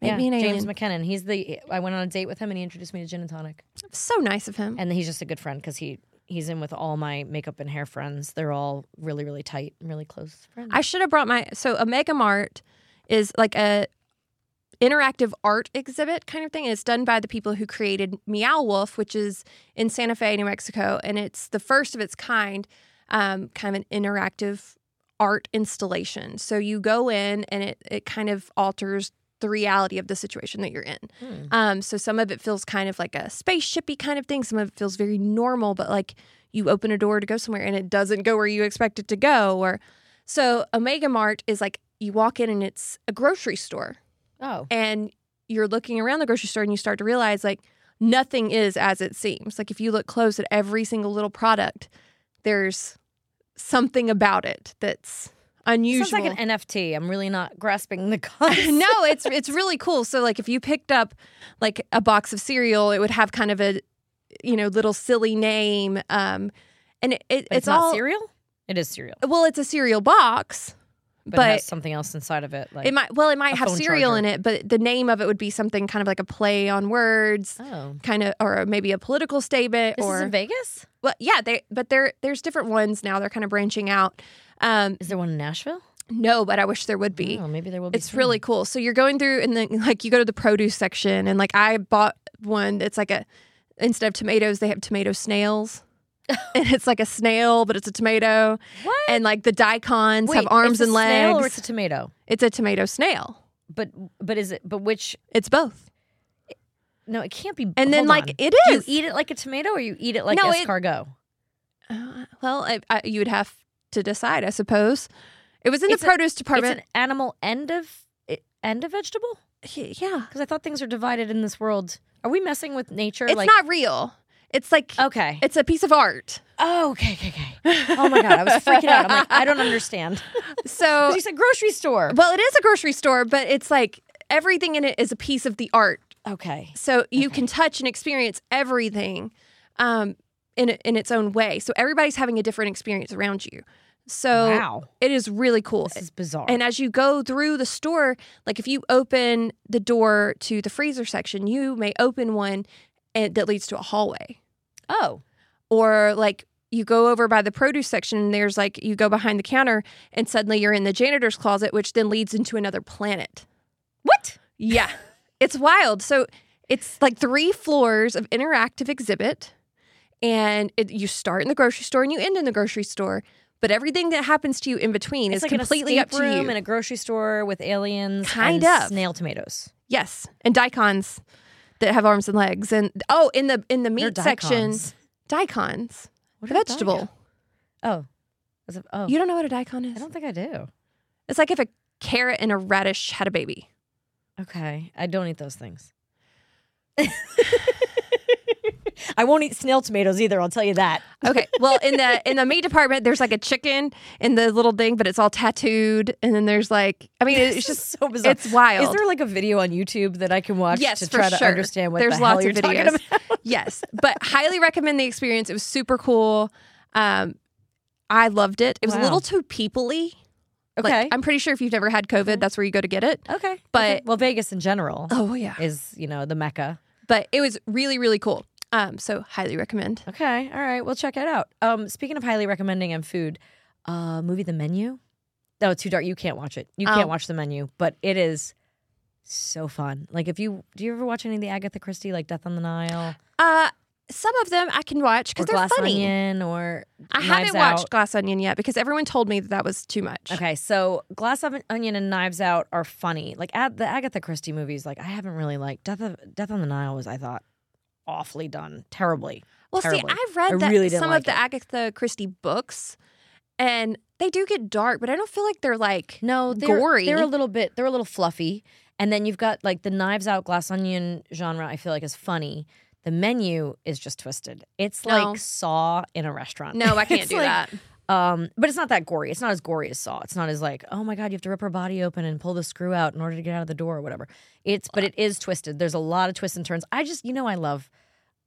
Speaker 2: Make
Speaker 1: yeah,
Speaker 2: me an alien.
Speaker 1: James McKinnon. He's the I went on a date with him and he introduced me to gin and tonic.
Speaker 2: so nice of him.
Speaker 1: and he's just a good friend because he he's in with all my makeup and hair friends. They're all really really tight and really close friends.
Speaker 2: I should have brought my so a Mega Mart is like a interactive art exhibit kind of thing. And it's done by the people who created Meow Wolf, which is in Santa Fe, New Mexico, and it's the first of its kind, um, kind of an interactive art installation. So you go in and it it kind of alters the reality of the situation that you're in.
Speaker 1: Hmm.
Speaker 2: Um, so some of it feels kind of like a spaceshipy kind of thing. Some of it feels very normal, but like you open a door to go somewhere and it doesn't go where you expect it to go. Or so Omega Mart is like you walk in and it's a grocery store,
Speaker 1: Oh,
Speaker 2: and you're looking around the grocery store and you start to realize like nothing is as it seems. Like if you look close at every single little product, there's something about it that's unusual.
Speaker 1: sounds like an NFT. I'm really not grasping the concept.
Speaker 2: no, it's it's really cool. So like if you picked up like a box of cereal, it would have kind of a you know little silly name, um, and it, it,
Speaker 1: But
Speaker 2: it's,
Speaker 1: it's, not
Speaker 2: all
Speaker 1: cereal. It is cereal,
Speaker 2: well, it's a cereal box.
Speaker 1: but,
Speaker 2: but-
Speaker 1: it has something else inside of it. Like
Speaker 2: It might well, it might
Speaker 1: A
Speaker 2: have
Speaker 1: phone
Speaker 2: cereal
Speaker 1: charger.
Speaker 2: in it, but the name of it would be something kind of like a play on words,
Speaker 1: oh,
Speaker 2: kind of or maybe a political statement
Speaker 1: this
Speaker 2: or
Speaker 1: is in Vegas.
Speaker 2: well, yeah, they but there there's different ones now. They're kind of branching out. Um,
Speaker 1: Is there one in Nashville?
Speaker 2: no, but I wish there would be.
Speaker 1: Oh, maybe there will be.
Speaker 2: It's
Speaker 1: soon.
Speaker 2: really cool. So you're going through and then like you go to the produce section and like I bought one that's like a instead of tomatoes they have tomato snails. and it's like a snail but it's a tomato
Speaker 1: what?
Speaker 2: and like the daikons
Speaker 1: Wait,
Speaker 2: have arms
Speaker 1: it's a
Speaker 2: and
Speaker 1: snail
Speaker 2: legs.
Speaker 1: or it's a tomato.
Speaker 2: It's a tomato snail.
Speaker 1: But but is it? But which?
Speaker 2: It's both.
Speaker 1: No, it can't be.
Speaker 2: And then
Speaker 1: hold
Speaker 2: like
Speaker 1: on.
Speaker 2: it
Speaker 1: Do
Speaker 2: is.
Speaker 1: you eat it like a tomato or you eat it like
Speaker 2: No, it-
Speaker 1: escargot?
Speaker 2: Uh, well, I, I, you would have to decide, I suppose. It was in
Speaker 1: It's
Speaker 2: the
Speaker 1: a-
Speaker 2: produce
Speaker 1: it's
Speaker 2: department.
Speaker 1: an animal and of and a vegetable.
Speaker 2: Y- yeah.
Speaker 1: Because I thought things are divided in this world. Are we messing with nature?
Speaker 2: It's
Speaker 1: like,
Speaker 2: not real. It's like
Speaker 1: Okay.
Speaker 2: it's a piece of art.
Speaker 1: Oh, okay, okay, okay. Oh my god, I was freaking out. I'm like, I don't understand.
Speaker 2: So
Speaker 1: She said grocery store.
Speaker 2: well, it is a grocery store, but it's like everything in it is a piece of the art.
Speaker 1: Okay.
Speaker 2: So you can touch and experience everything um, in in its own way. So everybody's having a different experience around you. So
Speaker 1: Wow.
Speaker 2: it is really cool.
Speaker 1: This is bizarre.
Speaker 2: And as you go through the store, like if you open the door to the freezer section, you may open one and that leads to a hallway.
Speaker 1: oh,
Speaker 2: Or like you go over by the produce section and there's like you go behind the counter and suddenly you're in the janitor's closet, which then leads into another planet.
Speaker 1: what?
Speaker 2: Yeah. it's wild. So it's like three floors of interactive exhibit. And it, you start in the grocery store and you end in the grocery store. But everything that happens to you in between
Speaker 1: It's
Speaker 2: is
Speaker 1: like
Speaker 2: completely
Speaker 1: an
Speaker 2: up
Speaker 1: escape
Speaker 2: to
Speaker 1: room
Speaker 2: you.
Speaker 1: in a grocery store with aliens,
Speaker 2: Kind
Speaker 1: and
Speaker 2: of.
Speaker 1: snail tomatoes.
Speaker 2: Yes, and daikons that have arms and legs, and oh, in the in the
Speaker 1: They're
Speaker 2: meat section,
Speaker 1: daikons.
Speaker 2: daikons,
Speaker 1: What
Speaker 2: the
Speaker 1: are
Speaker 2: vegetable.
Speaker 1: daikon- Oh, Is it- oh,
Speaker 2: You don't know what a daikon is?
Speaker 1: I don't think I do.
Speaker 2: It's like if a carrot and a radish had a baby.
Speaker 1: Okay, I don't eat those things. I won't eat snail tomatoes either. I'll tell you that.
Speaker 2: Okay, well, in the in the meat department, there's like a chicken in the little thing, but it's all tattooed, and then there's like, I mean,
Speaker 1: This
Speaker 2: it's
Speaker 1: is
Speaker 2: just
Speaker 1: so bizarre.
Speaker 2: it's wild.
Speaker 1: Is there like a video on YouTube that I can watch
Speaker 2: yes,
Speaker 1: to
Speaker 2: for
Speaker 1: try to
Speaker 2: sure.
Speaker 1: understand what
Speaker 2: there's
Speaker 1: the
Speaker 2: lots
Speaker 1: hell you're
Speaker 2: of
Speaker 1: talking
Speaker 2: videos.
Speaker 1: about?
Speaker 2: yes, but highly recommend the experience. It was super cool. Um, I loved it. It was
Speaker 1: Wow.
Speaker 2: a little too peoply. Like,
Speaker 1: Okay. Mm-hmm.
Speaker 2: I'm pretty sure if you've never had COVID, that's where you go to get it.
Speaker 1: okay.
Speaker 2: But-
Speaker 1: well, Vegas in general
Speaker 2: Oh, yeah.
Speaker 1: is you know the mecca.
Speaker 2: But it was really, really cool. Um, so highly recommend.
Speaker 1: Okay. All right. We'll check it out. Um, speaking of highly recommending and food, uh, movie The Menu. No, it's too dark. You can't watch it. You
Speaker 2: Oh.
Speaker 1: can't watch The Menu, but it is so fun. Like if you do you ever watch any of the Agatha Christie like Death on the Nile
Speaker 2: Uh, some of them I can watch
Speaker 1: or
Speaker 2: because they're
Speaker 1: Glass
Speaker 2: funny.
Speaker 1: Onion or
Speaker 2: I
Speaker 1: Knives
Speaker 2: haven't watched
Speaker 1: Out?
Speaker 2: Glass Onion yet because everyone told me that that was too much.
Speaker 1: Okay, so Glass Oven- Onion and Knives Out are funny. Like at the Agatha Christie movies, like I haven't really liked Death of Death on the Nile was I thought awfully done terribly.
Speaker 2: Well,
Speaker 1: terribly.
Speaker 2: see, I've read
Speaker 1: I
Speaker 2: that
Speaker 1: really didn't
Speaker 2: some
Speaker 1: like
Speaker 2: of the Agatha Christie books, and they do get dark, but I don't feel like they're like
Speaker 1: No, they're,
Speaker 2: gory.
Speaker 1: They're a little bit. They're a little fluffy, and then you've got like the knives out, glass onion genre. I feel like is funny. The menu is just twisted. It's
Speaker 2: No.
Speaker 1: like Saw in a restaurant.
Speaker 2: no, I can't
Speaker 1: It's
Speaker 2: do
Speaker 1: like-
Speaker 2: that.
Speaker 1: Um, but it's not that gory. It's not as gory as Saw. It's not as like, oh my god, you have to rip her body open and pull the screw out in order to get out of the door or whatever. It's but it is twisted. There's a lot of twists and turns. I just you know I love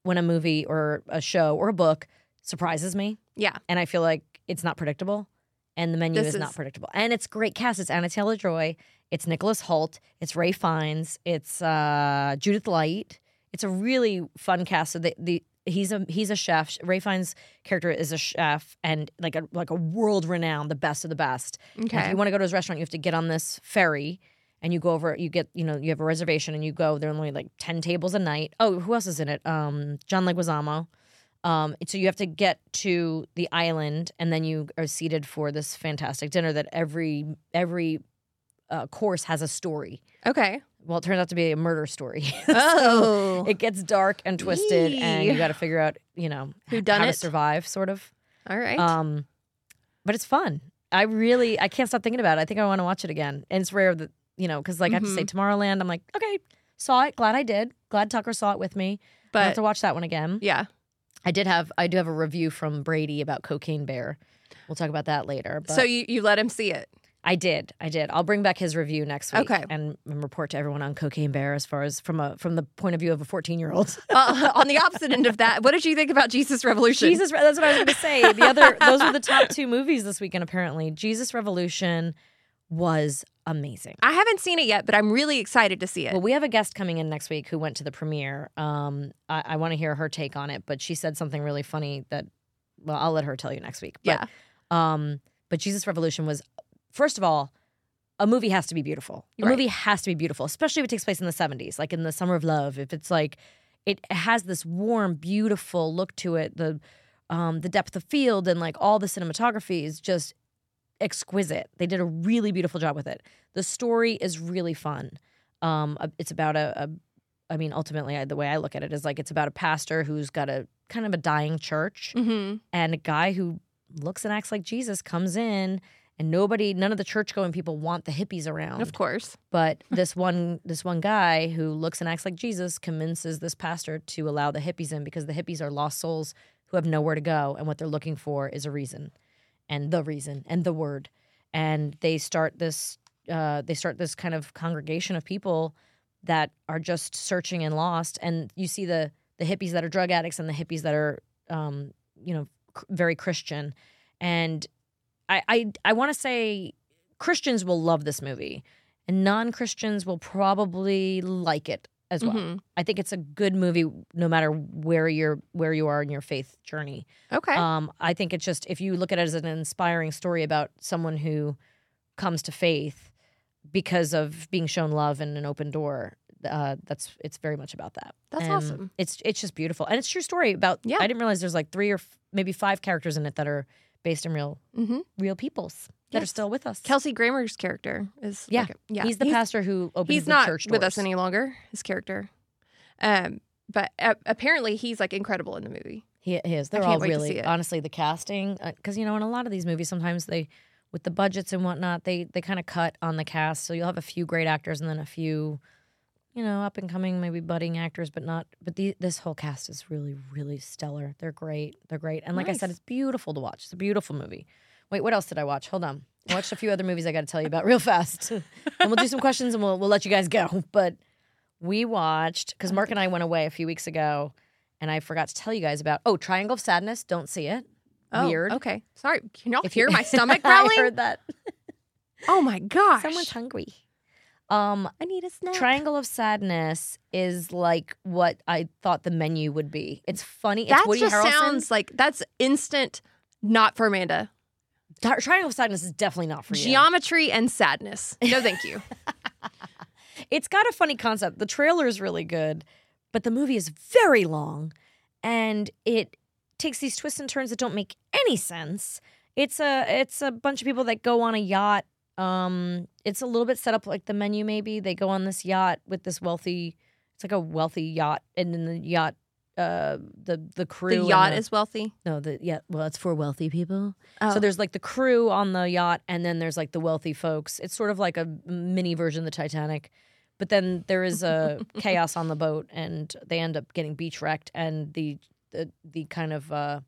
Speaker 1: when a movie or a show or a book surprises me
Speaker 2: Yeah,
Speaker 1: and I feel like it's not predictable, and the menu
Speaker 2: This
Speaker 1: is, not
Speaker 2: is-
Speaker 1: predictable. And it's great cast. It's Anna Taylor Joy, it's Nicholas Holt, it's Ray Fiennes, it's uh, Judith Light. It's a really fun cast. So the, the he's a he's a chef. Ray Fiennes' character is a chef and like a like a world renowned, the best of the best. And If
Speaker 2: Okay.
Speaker 1: you want to go to his restaurant, you have to get on this ferry. And you go over, you get, you know, you have a reservation, and you go. There are only like ten tables a night. Oh, who else is in it? Um, John Leguizamo. Um, so you have to get to the island, and then you are seated for this fantastic dinner that every every uh, course has a story.
Speaker 2: okay.
Speaker 1: Well, it turns out to be a murder story. So
Speaker 2: Oh,
Speaker 1: it gets dark and twisted, and you
Speaker 2: Yee.
Speaker 1: got to figure out, you know,
Speaker 2: Who
Speaker 1: h-
Speaker 2: done
Speaker 1: how
Speaker 2: it?
Speaker 1: to survive, sort of.
Speaker 2: all right.
Speaker 1: Um, but it's fun. I really, I can't stop thinking about it. I think I want to watch it again. And it's rare that you know, because like I have to say,
Speaker 2: Mm-hmm.
Speaker 1: Tomorrowland. I'm like, okay, saw it. Glad I did. Glad Tucker saw it with me. I have
Speaker 2: but
Speaker 1: to watch that one again.
Speaker 2: yeah,
Speaker 1: I did have I do have a review from Brady about Cocaine Bear. We'll talk about that later. But
Speaker 2: so you you let him see it.
Speaker 1: I did, I did. I'll bring back his review next week,
Speaker 2: Okay.
Speaker 1: and, and report to everyone on Cocaine Bear as far as from a from the point of view of a fourteen year old.
Speaker 2: uh, on the opposite end of that, what did you think about Jesus Revolution?
Speaker 1: Jesus, Re- that's what I was going to say. The other, those were the top two movies this weekend. Apparently, Jesus Revolution was amazing.
Speaker 2: I haven't seen it yet, but I'm really excited to see it.
Speaker 1: Well, we have a guest coming in next week who went to the premiere. Um, I, I want to hear her take on it, but she said something really funny that, well, I'll let her tell you next week. But
Speaker 2: yeah.
Speaker 1: Um, but Jesus Revolution was, first of all, a movie has to be beautiful. A
Speaker 2: Right.
Speaker 1: movie has to be beautiful, especially if it takes place in the 70s, like in the Summer of Love. If it's like, it has this warm, beautiful look to it. The, um, the depth of field and like all the cinematography is just exquisite. They did a really beautiful job with it. The story is really fun. Um, uh, it's about a, a I mean, ultimately, I, the way I look at it is like it's about a pastor who's got a kind of a dying church
Speaker 2: Mm-hmm.
Speaker 1: and a guy who looks and acts like Jesus comes in and nobody, none of the church going people want the hippies around.
Speaker 2: Of course.
Speaker 1: But this one, this one guy who looks and acts like Jesus convinces this pastor to allow the hippies in because the hippies are lost souls who have nowhere to go, and what they're looking for is a reason, and the reason, and the word, and they start this, uh, they start this kind of congregation of people that are just searching and lost, and you see the the hippies that are drug addicts and the hippies that are, um, you know, cr- very Christian, and I I, I want to say Christians will love this movie, and non Christians will probably like it as well.
Speaker 2: Mhm.
Speaker 1: I think it's a good movie no matter where you're where you are in your faith journey.
Speaker 2: Okay.
Speaker 1: Um, I think it's just if you look at it as an inspiring story about someone who comes to faith because of being shown love and an open door. Uh, that's it's very much about that.
Speaker 2: That's
Speaker 1: And
Speaker 2: awesome.
Speaker 1: It's it's just beautiful and it's a true story about.
Speaker 2: Yeah.
Speaker 1: I didn't realize there's like three or f- maybe five characters in it that are based in real
Speaker 2: hmm
Speaker 1: real peoples that are
Speaker 2: Yes.
Speaker 1: still with us.
Speaker 2: Kelsey Grammer's character is
Speaker 1: Yeah.
Speaker 2: like a- yeah.
Speaker 1: he's the pastor who opens
Speaker 2: he's
Speaker 1: the
Speaker 2: not
Speaker 1: church doors.
Speaker 2: with us any longer. His character, um, but uh, apparently he's like incredible in the movie.
Speaker 1: He he is. They're
Speaker 2: can't
Speaker 1: all
Speaker 2: wait to see
Speaker 1: really
Speaker 2: it.
Speaker 1: honestly the casting because you know in a lot of these movies sometimes they with the budgets and whatnot they they kind of cut on the cast so you'll have a few great actors and then a few you know up and coming maybe budding actors but not but the, this whole cast is really really stellar. They're great. They're great. And like I said,
Speaker 2: Nice.
Speaker 1: it's beautiful to watch. It's a beautiful movie. Wait, what else did I watch? Hold on. I watched a few other movies I got to tell you about real fast. and we'll do some questions and we'll we'll let you guys go. But we watched because Mark and I went away a few weeks ago, and I forgot to tell you guys about. Oh, Triangle of Sadness. Don't see it.
Speaker 2: Oh,
Speaker 1: Weird.
Speaker 2: Okay, sorry. Can y'all
Speaker 1: If you-
Speaker 2: hear my stomach
Speaker 1: I
Speaker 2: growling?
Speaker 1: heard that.
Speaker 2: oh my gosh!
Speaker 1: Someone's hungry. Um,
Speaker 2: I need a snack.
Speaker 1: Triangle of Sadness is like what I thought the menu would be. It's funny. It's
Speaker 2: That
Speaker 1: Woody
Speaker 2: just
Speaker 1: Harrelson.
Speaker 2: sounds like that's instant. Not for Amanda.
Speaker 1: Tri- Triangle of Sadness is definitely not for you.
Speaker 2: Geometry and sadness. No, thank you.
Speaker 1: it's got a funny concept. The trailer is really good, but the movie is very long and it takes these twists and turns that don't make any sense. It's a it's a bunch of people that go on a yacht. Um it's a little bit set up like the menu maybe. They go on this yacht with this wealthy it's like a wealthy yacht and then the yacht uh the the crew
Speaker 2: the
Speaker 1: and
Speaker 2: yacht is wealthy.
Speaker 1: no the yeah well it's for wealthy people.
Speaker 2: Oh.
Speaker 1: So there's like the crew on the yacht, and then there's like the wealthy folks. It's sort of like a mini version of the Titanic. But then there is a chaos on the boat, and they end up getting beach wrecked, and the the, the kind of uh,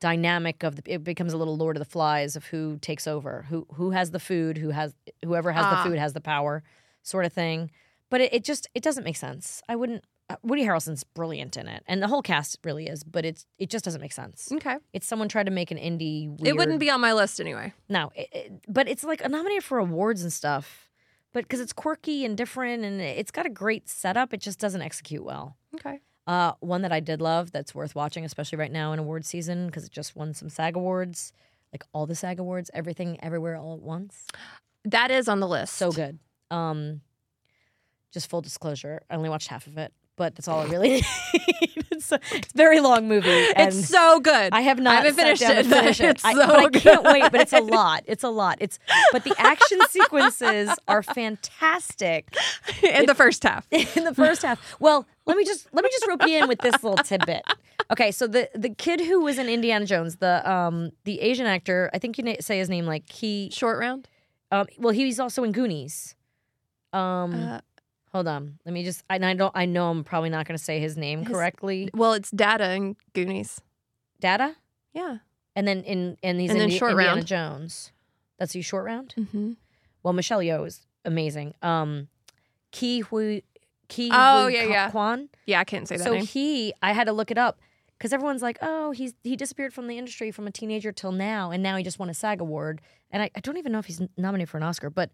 Speaker 1: dynamic of the it becomes a little Lord of the Flies of who takes over, who who has the food, who has whoever has
Speaker 2: Ah.
Speaker 1: the food has the power, sort of thing. But it, it just it doesn't make sense. I wouldn't. uh, Woody Harrelson's brilliant in it, and the whole cast really is. But it's it just doesn't make sense.
Speaker 2: okay.
Speaker 1: It's someone tried to make an indie. Weird,
Speaker 2: It wouldn't be on my list anyway.
Speaker 1: no, it, it, but it's like nominated for awards and stuff. But because it's quirky and different, and it's got a great setup, it just doesn't execute well.
Speaker 2: Okay.
Speaker 1: Uh, one that I did love, that's worth watching, especially right now in award season, because it just won some SAG awards, like all the SAG awards, everything, everywhere, all at once.
Speaker 2: That is on the list.
Speaker 1: So good. Um, just full disclosure, I only watched half of it, but that's all I really need. it's, a, it's a very long movie. And
Speaker 2: It's so good.
Speaker 1: I have not
Speaker 2: haven't
Speaker 1: sat
Speaker 2: finished
Speaker 1: down to
Speaker 2: it, but
Speaker 1: finish it.
Speaker 2: it's
Speaker 1: I,
Speaker 2: so
Speaker 1: but I can't
Speaker 2: good.
Speaker 1: wait. But it's a lot. It's a lot. It's but the action sequences are fantastic
Speaker 2: in the first half.
Speaker 1: in the first half. Well, let me just let me just rope you in with this little tidbit. Okay, so the the kid who was in Indiana Jones, the um the Asian actor, I think you na- say his name like he.
Speaker 2: Short round.
Speaker 1: Um, well, he's also in Goonies. Um,
Speaker 2: Uh,
Speaker 1: hold on. Let me just. I, I don't. I know I'm probably not going to say his name
Speaker 2: His-
Speaker 1: correctly.
Speaker 2: well, it's Data and Goonies.
Speaker 1: Data,
Speaker 2: Yeah.
Speaker 1: and then in and he's
Speaker 2: And
Speaker 1: in
Speaker 2: then
Speaker 1: the
Speaker 2: Short
Speaker 1: Indiana
Speaker 2: Round.
Speaker 1: Jones. That's you short round.
Speaker 2: Mm-hmm.
Speaker 1: Well, Michelle Yeoh is amazing. Um, Ki Hui, Ki
Speaker 2: Oh,
Speaker 1: Hui
Speaker 2: yeah,
Speaker 1: Ka-
Speaker 2: yeah.
Speaker 1: Kwan.
Speaker 2: Yeah, I can't say that
Speaker 1: So
Speaker 2: name.
Speaker 1: he, I had to look it up because everyone's like, "Oh, he's he disappeared from the industry from a teenager till now, and now he just won a SAG award." And I, I don't even know if he's nominated for an Oscar, but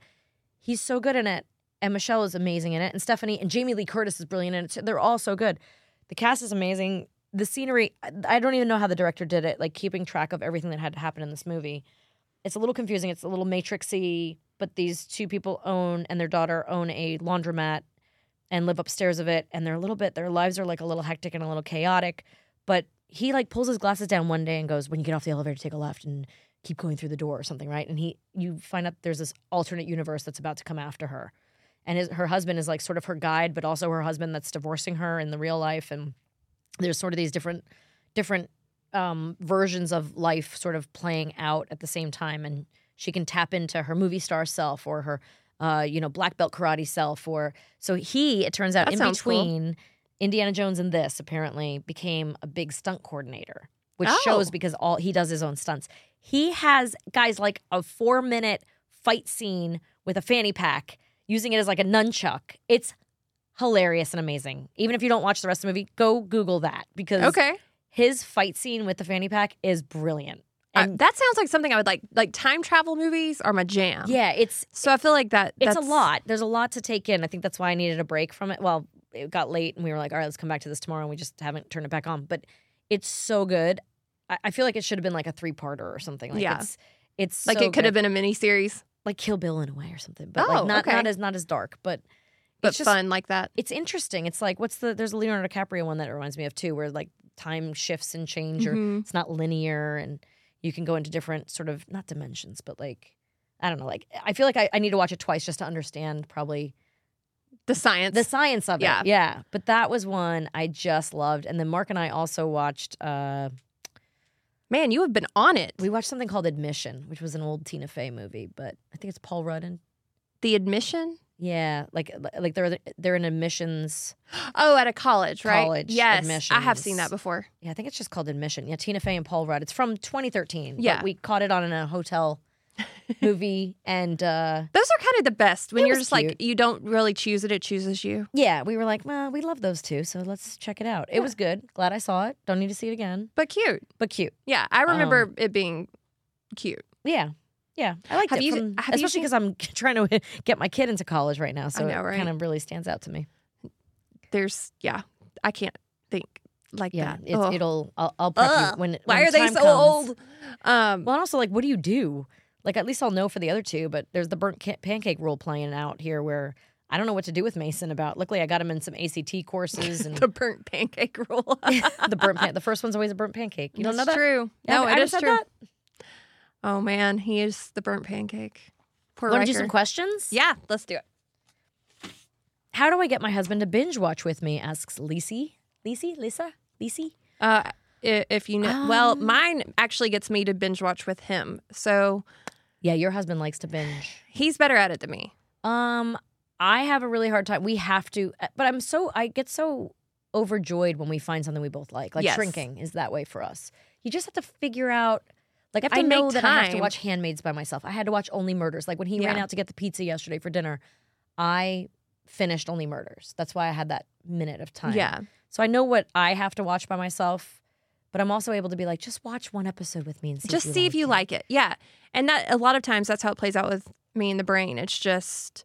Speaker 1: he's so good in it, and Michelle is amazing in it, and Stephanie and Jamie Lee Curtis is brilliant in it. So They're all so good. The cast is amazing. The scenery, I- I don't even know how the director did it, like keeping track of everything that had to happen in this movie. It's a little confusing. It's a little matrixy, but these two people own and their daughter own a laundromat and live upstairs of it and they're a little bit their lives are like a little hectic and a little chaotic but he like pulls his glasses down one day and goes when you get off the elevator take a left and keep going through the door or something right and he you find out there's this alternate universe that's about to come after her and his, her husband is like sort of her guide but also her husband that's divorcing her in the real life and there's sort of these different different um, versions of life sort of playing out at the same time and she can tap into her movie star self or her uh, you know black belt karate self or so he it turns out
Speaker 2: That
Speaker 1: in
Speaker 2: sounds cool.
Speaker 1: between indiana jones and this apparently became a big stunt coordinator which
Speaker 2: Oh.
Speaker 1: shows because all he does his own stunts he has guys like a four minute fight scene with a fanny pack using it as like a nunchuck it's hilarious and amazing even if you don't watch the rest of the movie go google that because
Speaker 2: Okay.
Speaker 1: his fight scene with the fanny pack is brilliant
Speaker 2: I-
Speaker 1: and
Speaker 2: that sounds like something I would like. Like time travel movies are my jam.
Speaker 1: yeah it's
Speaker 2: So I feel like that.
Speaker 1: it's
Speaker 2: that's-
Speaker 1: a lot. There's a lot to take in. I think that's why I needed a break from it. Well, it got late and we were like, all right, let's come back to this tomorrow. And we just haven't turned it back on. But it's so good. I, I feel like it should have been like a three parter or something. Like
Speaker 2: Yeah.
Speaker 1: it's it's
Speaker 2: Like
Speaker 1: so
Speaker 2: it could have
Speaker 1: good.
Speaker 2: been a mini series,
Speaker 1: like Kill Bill in a way or something. But
Speaker 2: Oh,
Speaker 1: like not
Speaker 2: okay.
Speaker 1: not as not as dark, but
Speaker 2: but
Speaker 1: it's just
Speaker 2: fun like that.
Speaker 1: it's interesting. It's like what's the there's a Leonardo DiCaprio one that it reminds me of too, where like time shifts and change or
Speaker 2: Mhm.
Speaker 1: it's not linear and you can go into different sort of not dimensions but like i don't know like i feel like i, I need to watch it twice just to understand probably
Speaker 2: The science.
Speaker 1: the science of
Speaker 2: Yeah.
Speaker 1: it yeah but that was one i just loved and then mark and i also watched uh
Speaker 2: Man, you have been on it.
Speaker 1: we watched something called admission which was an old tina fey movie but i think it's paul rudd and
Speaker 2: the admission.
Speaker 1: yeah like like they're they're in admissions
Speaker 2: Oh, at a college, right?
Speaker 1: College
Speaker 2: yes, I have seen
Speaker 1: admissions.
Speaker 2: that before.
Speaker 1: yeah i think it's just called admission yeah tina fey and paul rudd it's from 2013 but
Speaker 2: Yeah.
Speaker 1: we caught it on in a hotel movie and uh
Speaker 2: Those are kind of the best when
Speaker 1: It
Speaker 2: you're
Speaker 1: was
Speaker 2: just like
Speaker 1: cute.
Speaker 2: you don't really choose it; it chooses you.
Speaker 1: Yeah, we were like, well, we love those two, so let's check it out. It was good. Glad I saw it. Don't need to see it again,
Speaker 2: But cute.
Speaker 1: but cute.
Speaker 2: Yeah, I remember
Speaker 1: Um,
Speaker 2: it being cute.
Speaker 1: Yeah, yeah, I liked
Speaker 2: Have
Speaker 1: it.
Speaker 2: you-
Speaker 1: from-
Speaker 2: have you
Speaker 1: especially
Speaker 2: seen-
Speaker 1: because I'm trying to get my kid into college right now, so
Speaker 2: know, right?
Speaker 1: it kind of really stands out to me.
Speaker 2: There's yeah, I can't think like
Speaker 1: Yeah,
Speaker 2: that.
Speaker 1: it's,
Speaker 2: Ugh.
Speaker 1: it'll. I'll, I'll prep
Speaker 2: Ugh.
Speaker 1: you when.
Speaker 2: Why
Speaker 1: when
Speaker 2: are they
Speaker 1: time
Speaker 2: so
Speaker 1: comes.
Speaker 2: old? Um,
Speaker 1: Well, and also like, what do you do? Like, at least I'll know for the other two, but there's the burnt ca- pancake rule playing out here where. I don't know what to do with Mason about. Luckily, I got him in some ACT courses and
Speaker 2: the burnt pancake rule.
Speaker 1: the burnt. Pan- the first one's always a burnt pancake. You don't know
Speaker 2: That's
Speaker 1: that?
Speaker 2: True.
Speaker 1: Yeah,
Speaker 2: no,
Speaker 1: I
Speaker 2: it
Speaker 1: just
Speaker 2: is
Speaker 1: said
Speaker 2: true.
Speaker 1: that.
Speaker 2: Oh man, he is the burnt pancake. Poor
Speaker 1: Want to do
Speaker 2: Riker.
Speaker 1: some questions?
Speaker 2: Yeah, let's do it.
Speaker 1: How do I get my husband to binge watch with me? Asks Lisi. Lisi? Lisa? Lisi?
Speaker 2: Uh, i- if you know, well,
Speaker 1: Um.
Speaker 2: mine actually gets me to binge watch with him, so
Speaker 1: Yeah, your husband likes to binge.
Speaker 2: he's better at it than me.
Speaker 1: Um, I have a really hard time. We have to, uh, but I'm so, I get so overjoyed when we find something we both like. Like
Speaker 2: Yes.
Speaker 1: shrinking is that way for us. You just have to figure out. Like
Speaker 2: You have
Speaker 1: I
Speaker 2: to
Speaker 1: know
Speaker 2: make
Speaker 1: that I have to
Speaker 2: time.
Speaker 1: watch Handmaids by myself. I had to watch Only Murders. Like when he ran
Speaker 2: Yeah.
Speaker 1: out to get the pizza yesterday for dinner, I finished Only Murders. That's why I had that minute of time.
Speaker 2: Yeah,
Speaker 1: So I know what I have to watch by myself, but I'm also able to be like, just watch one episode with me and see.
Speaker 2: just
Speaker 1: if
Speaker 2: see if you
Speaker 1: it.
Speaker 2: like it. Yeah, and that a lot of times that's how it plays out with me in the brain. It's just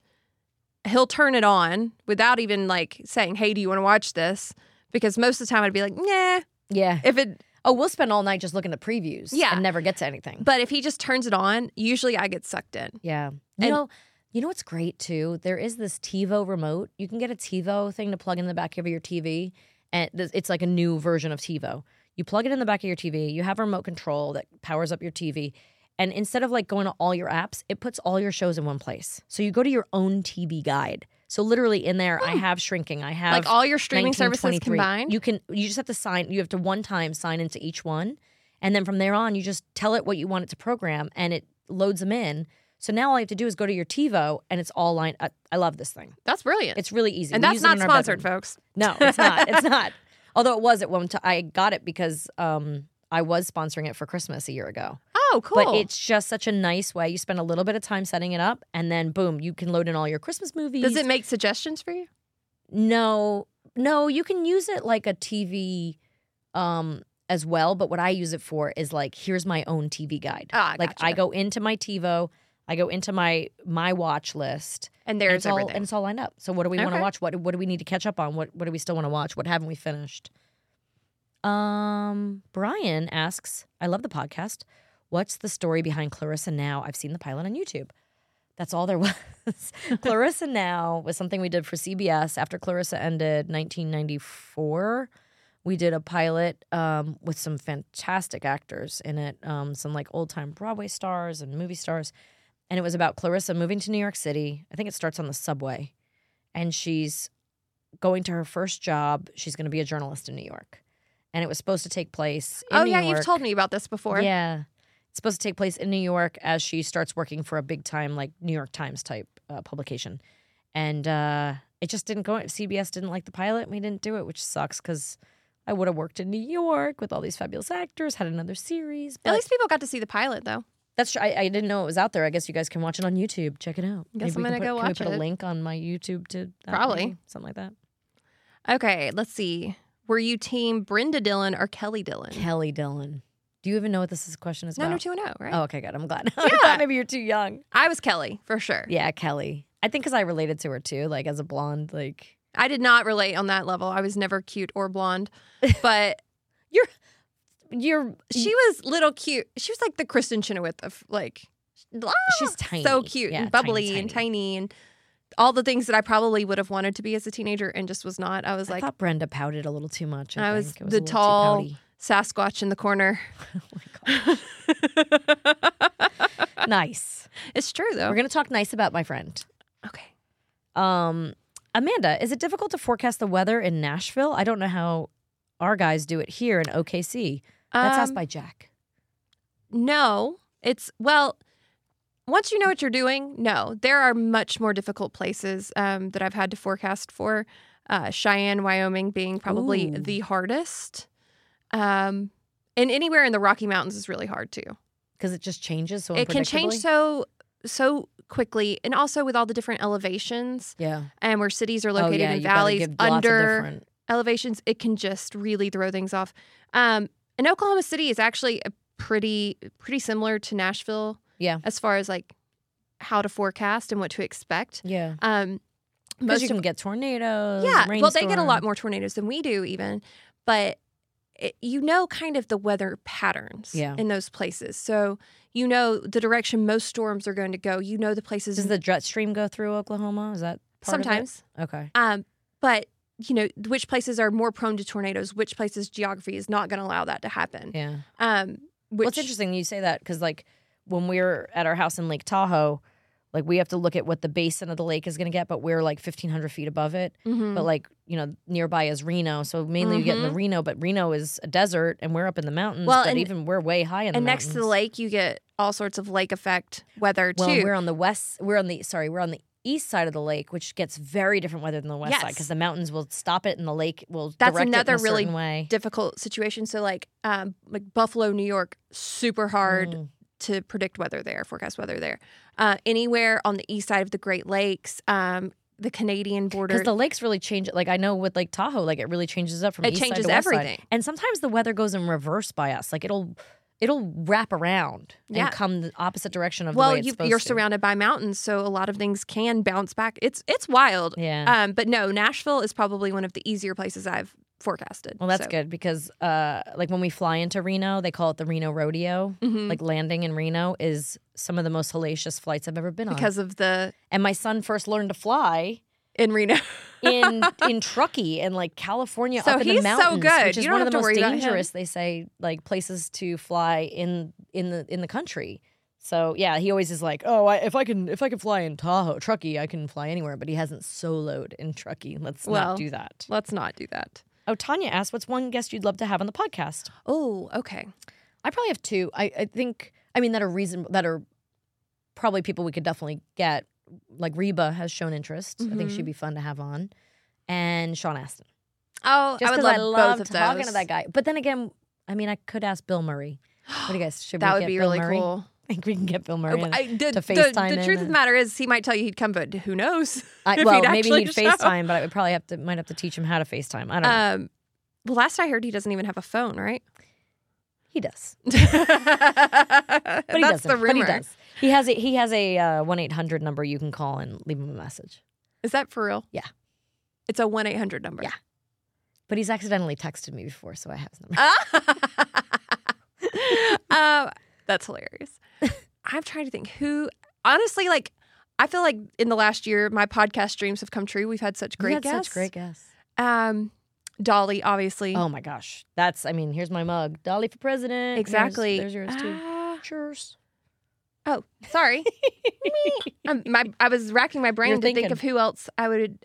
Speaker 2: he'll turn it on without even like saying, "Hey, do you want to watch this?" Because most of the time I'd be like, "Nah."
Speaker 1: Yeah.
Speaker 2: If it,
Speaker 1: Oh, we'll spend all night just looking at previews.
Speaker 2: Yeah.
Speaker 1: And never get to anything.
Speaker 2: but if he just turns it on, usually I get sucked in.
Speaker 1: yeah. You
Speaker 2: and-
Speaker 1: know. You know what's great too? There is this TiVo remote. You can get a TiVo thing to plug in the back of your TV, and th- it's like a new version of TiVo. You plug it in the back of your TV. You have a remote control that powers up your TV, and instead of like going to all your apps, it puts all your shows in one place. So you go to your own TV guide. So literally in there, I have Shrinking. I have
Speaker 2: Like all your streaming services
Speaker 1: 1923.
Speaker 2: combined.
Speaker 1: You can you just have to sign you have to one time sign into each one and then from there on you just tell it what you want it to program and it loads them in. So now all you have to do is go to your TiVo and it's all lined I, I love this thing.
Speaker 2: that's brilliant.
Speaker 1: It's really easy.
Speaker 2: and
Speaker 1: We
Speaker 2: that's
Speaker 1: use them
Speaker 2: not
Speaker 1: in our
Speaker 2: sponsored,
Speaker 1: bedroom.
Speaker 2: folks.
Speaker 1: No, it's not. It's not. Although it was at one time I got it because um I was sponsoring it for Christmas a year ago.
Speaker 2: Oh, cool.
Speaker 1: But it's just such a nice way. You spend a little bit of time setting it up and then boom, you can load in all your Christmas movies.
Speaker 2: Does it make suggestions for you?
Speaker 1: No, no, you can use it like a TV um as well, but what I use it for is like here's my own TV guide.
Speaker 2: Ah,
Speaker 1: like
Speaker 2: gotcha.
Speaker 1: I go into my TiVo, I go into my my watch list.
Speaker 2: And
Speaker 1: and
Speaker 2: there's
Speaker 1: it's all
Speaker 2: everything.
Speaker 1: and it's all lined up. So what do we want to
Speaker 2: Okay.
Speaker 1: watch? What what do we need to catch up on? What what do we still want to watch? What haven't we finished? Um Brian asks, I love the podcast. What's the story behind Clarissa Now? I've seen the pilot on YouTube. That's all there was. Clarissa Now was something we did for CBS after Clarissa ended 1994. We did a pilot um, with some fantastic actors in it, um, some like old time Broadway stars and movie stars. And it was about Clarissa moving to New York City. I think it starts on the subway. And she's going to her first job. She's going to be a journalist in New York. And it was supposed to take place. In
Speaker 2: oh
Speaker 1: New
Speaker 2: yeah,
Speaker 1: York.
Speaker 2: you've told me about this before.
Speaker 1: Yeah. It's supposed to take place in New York as she starts working for a big time, like New York Times type uh, publication. And uh, it just didn't go. CBS didn't like the pilot. and We didn't do it, which sucks because I would have worked in New York with all these fabulous actors, had another series. But
Speaker 2: At least people got to see the pilot though.
Speaker 1: that's true. I, I didn't know it was out there. I guess you guys can watch it on YouTube. Check it out.
Speaker 2: Guess
Speaker 1: Maybe
Speaker 2: I'm gonna
Speaker 1: we can put-
Speaker 2: go
Speaker 1: can we
Speaker 2: watch
Speaker 1: put a
Speaker 2: it.
Speaker 1: link on my YouTube to that,
Speaker 2: Probably.
Speaker 1: maybe? something like that.
Speaker 2: Okay, let's see. Were you team Brenda Dillon or Kelly Dillon?
Speaker 1: Kelly Dillon. Do you even know what this is- question is
Speaker 2: No,
Speaker 1: about?
Speaker 2: no, two and oh, right?
Speaker 1: Oh, okay, good. I'm glad. I thought maybe you're too young.
Speaker 2: I was Kelly for sure.
Speaker 1: Yeah, Kelly. I think because I related to her too, like as a blonde. Like
Speaker 2: I did not relate on that level. I was never cute or blonde, but
Speaker 1: you're,
Speaker 2: she was little cute. She was like the Kristen Chenoweth of like, ah,
Speaker 1: she's tiny,
Speaker 2: so cute
Speaker 1: Yeah,
Speaker 2: and bubbly and tiny and all the things that I probably would have wanted to be as a teenager and just was not. I was
Speaker 1: I
Speaker 2: like
Speaker 1: thought Brenda pouted a little too much. I,
Speaker 2: I was
Speaker 1: think. It
Speaker 2: the
Speaker 1: a little too
Speaker 2: tall-
Speaker 1: pouty.
Speaker 2: Sasquatch in the corner.
Speaker 1: oh my god, nice.
Speaker 2: it's true though.
Speaker 1: We're gonna talk nice about my friend.
Speaker 2: okay.
Speaker 1: Um, Amanda, is it difficult to forecast the weather in Nashville? I don't know how our guys do it here in OKC. That's asked
Speaker 2: Um,
Speaker 1: by Jack.
Speaker 2: No, it's well. Once you know what you're doing, no, there are much more difficult places um, that I've had to forecast for. Uh, Cheyenne, Wyoming, being probably
Speaker 1: Ooh.
Speaker 2: the hardest, um, and anywhere in the Rocky Mountains is really hard too.
Speaker 1: Because it just changes so
Speaker 2: It can change
Speaker 1: unpredictably?
Speaker 2: so so quickly, and also with all the different elevations
Speaker 1: yeah.
Speaker 2: and where cities are
Speaker 1: Oh,
Speaker 2: located
Speaker 1: yeah,
Speaker 2: in
Speaker 1: you gotta
Speaker 2: valleys
Speaker 1: give lots of
Speaker 2: under
Speaker 1: different-
Speaker 2: elevations, it can just really throw things off. Um, and Oklahoma City is actually a pretty pretty similar to Nashville,
Speaker 1: Yeah.
Speaker 2: as far as like how to forecast and what to expect.
Speaker 1: Yeah.
Speaker 2: Um,
Speaker 1: Because
Speaker 2: most
Speaker 1: you
Speaker 2: of,
Speaker 1: can get tornadoes.
Speaker 2: yeah, well, they get a
Speaker 1: rainstorm.
Speaker 2: lot more tornadoes than we do, even, but. It, you know, kind of the weather patterns
Speaker 1: Yeah.
Speaker 2: in those places. So you know the direction most storms are going to go. You know the places.
Speaker 1: Does the jet stream go through Oklahoma? Is that part of
Speaker 2: Mm-hmm.
Speaker 1: it?
Speaker 2: sometimes
Speaker 1: Okay.
Speaker 2: um, but you know which places are more prone to tornadoes, which places geography is not going to allow that to happen.
Speaker 1: Yeah.
Speaker 2: Um, which
Speaker 1: What's interesting you say that because like when we're at our house in Lake Tahoe, like we have to look at what the basin of the lake is going to get, but we're like 1,500 feet above it.
Speaker 2: Mhm.
Speaker 1: But like you know, nearby is Reno, so mainly you get in the Reno, but Reno is a desert, and we're up in the mountains.
Speaker 2: Mm-hmm. Well,
Speaker 1: but
Speaker 2: and-
Speaker 1: even we're way high in the
Speaker 2: and next to the
Speaker 1: mountains.
Speaker 2: lake, you get all sorts of lake effect weather
Speaker 1: Well, and
Speaker 2: too.
Speaker 1: we're on the west. We're on the sorry. We're on the east side of the lake, which gets very different weather than the west side
Speaker 2: Yes.
Speaker 1: because the mountains will stop it, and the lake will
Speaker 2: That's
Speaker 1: direct it
Speaker 2: another
Speaker 1: in a
Speaker 2: really
Speaker 1: certain way.
Speaker 2: Difficult situation. So like um, like Buffalo, New York, super hard
Speaker 1: Mm.
Speaker 2: to predict weather there, forecast weather there. Uh, anywhere on the east side of the Great Lakes, um, the Canadian border.
Speaker 1: Because the lakes really change. Like I know with Lake Tahoe, like it really changes up from
Speaker 2: It
Speaker 1: east side to
Speaker 2: changes
Speaker 1: west side.
Speaker 2: everything.
Speaker 1: And sometimes the weather goes in reverse by us. Like it'll it'll wrap around
Speaker 2: Yeah.
Speaker 1: and come the opposite direction of the
Speaker 2: well,
Speaker 1: way it's
Speaker 2: you,
Speaker 1: supposed
Speaker 2: you're
Speaker 1: to.
Speaker 2: surrounded by mountains, so a lot of things can bounce back. It's it's wild.
Speaker 1: Yeah.
Speaker 2: Um, but no, Nashville is probably one of the easier places I've forecasted.
Speaker 1: well, that's
Speaker 2: So,
Speaker 1: good because uh, like when we fly into Reno, they call it the Reno Rodeo.
Speaker 2: mhm,
Speaker 1: Like landing in Reno is some of the most hellacious flights I've ever been on.
Speaker 2: because of the
Speaker 1: and my son first learned to fly
Speaker 2: in Reno.
Speaker 1: in in Truckee and like California
Speaker 2: So
Speaker 1: up in the
Speaker 2: he's so
Speaker 1: mountains,
Speaker 2: good.
Speaker 1: which is
Speaker 2: You don't
Speaker 1: one of
Speaker 2: have to
Speaker 1: the most
Speaker 2: worry about him.
Speaker 1: dangerous they say like places to fly in in the in the country. So yeah, he always is like, oh, I, if I can if I can fly in Tahoe, Truckee, I can fly anywhere. But he hasn't soloed in Truckee. Let's
Speaker 2: Well.
Speaker 1: not do that.
Speaker 2: Let's not do that.
Speaker 1: Oh, Tanya asked, what's one guest you'd love to have on the podcast?
Speaker 2: Oh, okay.
Speaker 1: I probably have two. I, I think I mean that are reason that are probably people we could definitely get. Like Reba has shown interest. I think
Speaker 2: Mhm.
Speaker 1: she'd be fun to have on, and Sean Astin.
Speaker 2: Oh,
Speaker 1: Just
Speaker 2: I would
Speaker 1: because
Speaker 2: love,
Speaker 1: I love
Speaker 2: both of those.
Speaker 1: talking to that guy. But then again, I mean, I could ask Bill Murray. What do you guys? Should
Speaker 2: That
Speaker 1: we
Speaker 2: would
Speaker 1: get
Speaker 2: be
Speaker 1: Bill
Speaker 2: really
Speaker 1: Murray?
Speaker 2: cool. Oh,
Speaker 1: I think we can get Bill Murray. in.
Speaker 2: I did.
Speaker 1: to
Speaker 2: The,
Speaker 1: FaceTime
Speaker 2: the
Speaker 1: in
Speaker 2: truth of
Speaker 1: and-
Speaker 2: the matter is, he might tell you he'd come, but who knows?
Speaker 1: I-
Speaker 2: if
Speaker 1: well,
Speaker 2: he'd
Speaker 1: maybe
Speaker 2: actually
Speaker 1: he'd
Speaker 2: show.
Speaker 1: FaceTime, but I would probably have to might have to teach him how to FaceTime. I don't know.
Speaker 2: Um, well, last I heard, he doesn't even have a phone, right?
Speaker 1: He does,
Speaker 2: That's
Speaker 1: but he doesn't.
Speaker 2: the rumor.
Speaker 1: But he does. He has a he has a uh, one eight hundred number you can call and leave him a message.
Speaker 2: Is that for real?
Speaker 1: Yeah.
Speaker 2: It's a one eight hundred number.
Speaker 1: Yeah. But he's accidentally texted me before, so I have his
Speaker 2: Uh,
Speaker 1: number.
Speaker 2: um, that's hilarious. I'm trying to think who, honestly, like, I feel like in the last year, my podcast dreams have come true. We've had such
Speaker 1: You
Speaker 2: great
Speaker 1: had
Speaker 2: guests.
Speaker 1: such great guests.
Speaker 2: Um, Dolly, obviously.
Speaker 1: Oh my gosh, that's I mean, here's my mug, Dolly for president. Here's-
Speaker 2: exactly.
Speaker 1: There's, yours too.
Speaker 2: Ah,
Speaker 1: Cheers.
Speaker 2: oh, sorry. um, my, I was racking my brain
Speaker 1: You're
Speaker 2: to
Speaker 1: thinking.
Speaker 2: think of who else I would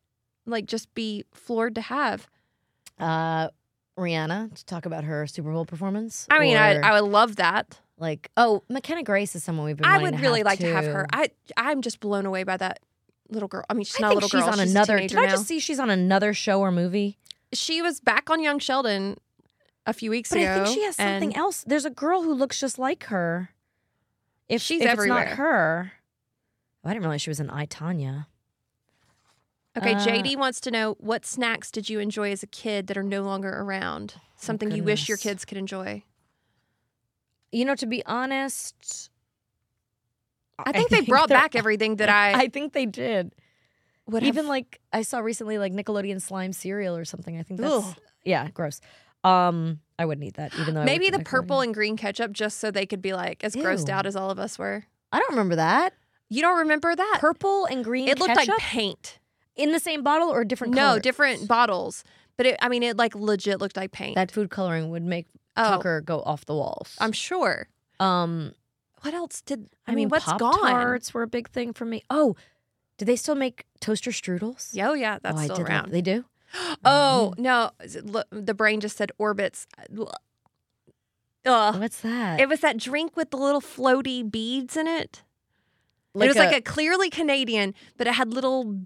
Speaker 2: like just be floored to have.
Speaker 1: uh, Rihanna to talk about her Super Bowl performance.
Speaker 2: I mean, I,
Speaker 1: or-
Speaker 2: I would love that.
Speaker 1: Like, oh, McKenna Grace is someone we've been.
Speaker 2: I
Speaker 1: wanting
Speaker 2: would really like to have
Speaker 1: too.
Speaker 2: her. I I'm just blown away by that little girl. I mean, she's
Speaker 1: I
Speaker 2: not
Speaker 1: think
Speaker 2: a little
Speaker 1: she's
Speaker 2: girl.
Speaker 1: on
Speaker 2: she's a
Speaker 1: another. Did
Speaker 2: teenager
Speaker 1: I just
Speaker 2: now.
Speaker 1: see she's on another show or movie?
Speaker 2: She was back on Young Sheldon a few weeks
Speaker 1: But
Speaker 2: ago.
Speaker 1: I think she has something
Speaker 2: and
Speaker 1: else. There's a girl who looks just like her. If
Speaker 2: She's
Speaker 1: if It's
Speaker 2: everywhere.
Speaker 1: not her. Oh, I didn't realize she was in I Tanya.
Speaker 2: Okay,
Speaker 1: Uh,
Speaker 2: JD wants to know what snacks did you enjoy as a kid that are no longer around? Something you wish your
Speaker 1: goodness.
Speaker 2: kids could enjoy.
Speaker 1: You know, to be honest,
Speaker 2: I think they brought
Speaker 1: they're-
Speaker 2: back everything that I,
Speaker 1: I think they did.
Speaker 2: would
Speaker 1: Even
Speaker 2: have.
Speaker 1: like I saw recently, like Nickelodeon slime cereal or something. I think that's
Speaker 2: Ugh.
Speaker 1: yeah, gross. Um, I wouldn't eat that, even though I
Speaker 2: Maybe
Speaker 1: worked
Speaker 2: the
Speaker 1: at
Speaker 2: purple
Speaker 1: Nickelodeon.
Speaker 2: and green ketchup just so they could be like as grossed
Speaker 1: Ew.
Speaker 2: out as all of us were.
Speaker 1: I don't remember that
Speaker 2: You don't remember that?
Speaker 1: purple and green.
Speaker 2: Uh, it looked
Speaker 1: ketchup?
Speaker 2: like paint.
Speaker 1: in the same bottle or different.
Speaker 2: No,
Speaker 1: colors?
Speaker 2: different bottles. But it, I mean, it like legit looked like paint.
Speaker 1: That food coloring would make
Speaker 2: oh,
Speaker 1: Tucker go off the walls.
Speaker 2: I'm sure.
Speaker 1: um,
Speaker 2: What else did
Speaker 1: I mean,
Speaker 2: what's
Speaker 1: Pop-Tarts
Speaker 2: gone?
Speaker 1: were a big thing for me. Oh, do they still make toaster strudels?
Speaker 2: Yeah, oh yeah, that's
Speaker 1: oh, I
Speaker 2: still
Speaker 1: did love-
Speaker 2: around.
Speaker 1: They do.
Speaker 2: Oh
Speaker 1: Mm-hmm.
Speaker 2: no, Is it- look, the brain just said orbits. Ugh.
Speaker 1: What's that?
Speaker 2: It was that drink with the little floaty beads in it. it was like a clearly Canadian, but it had little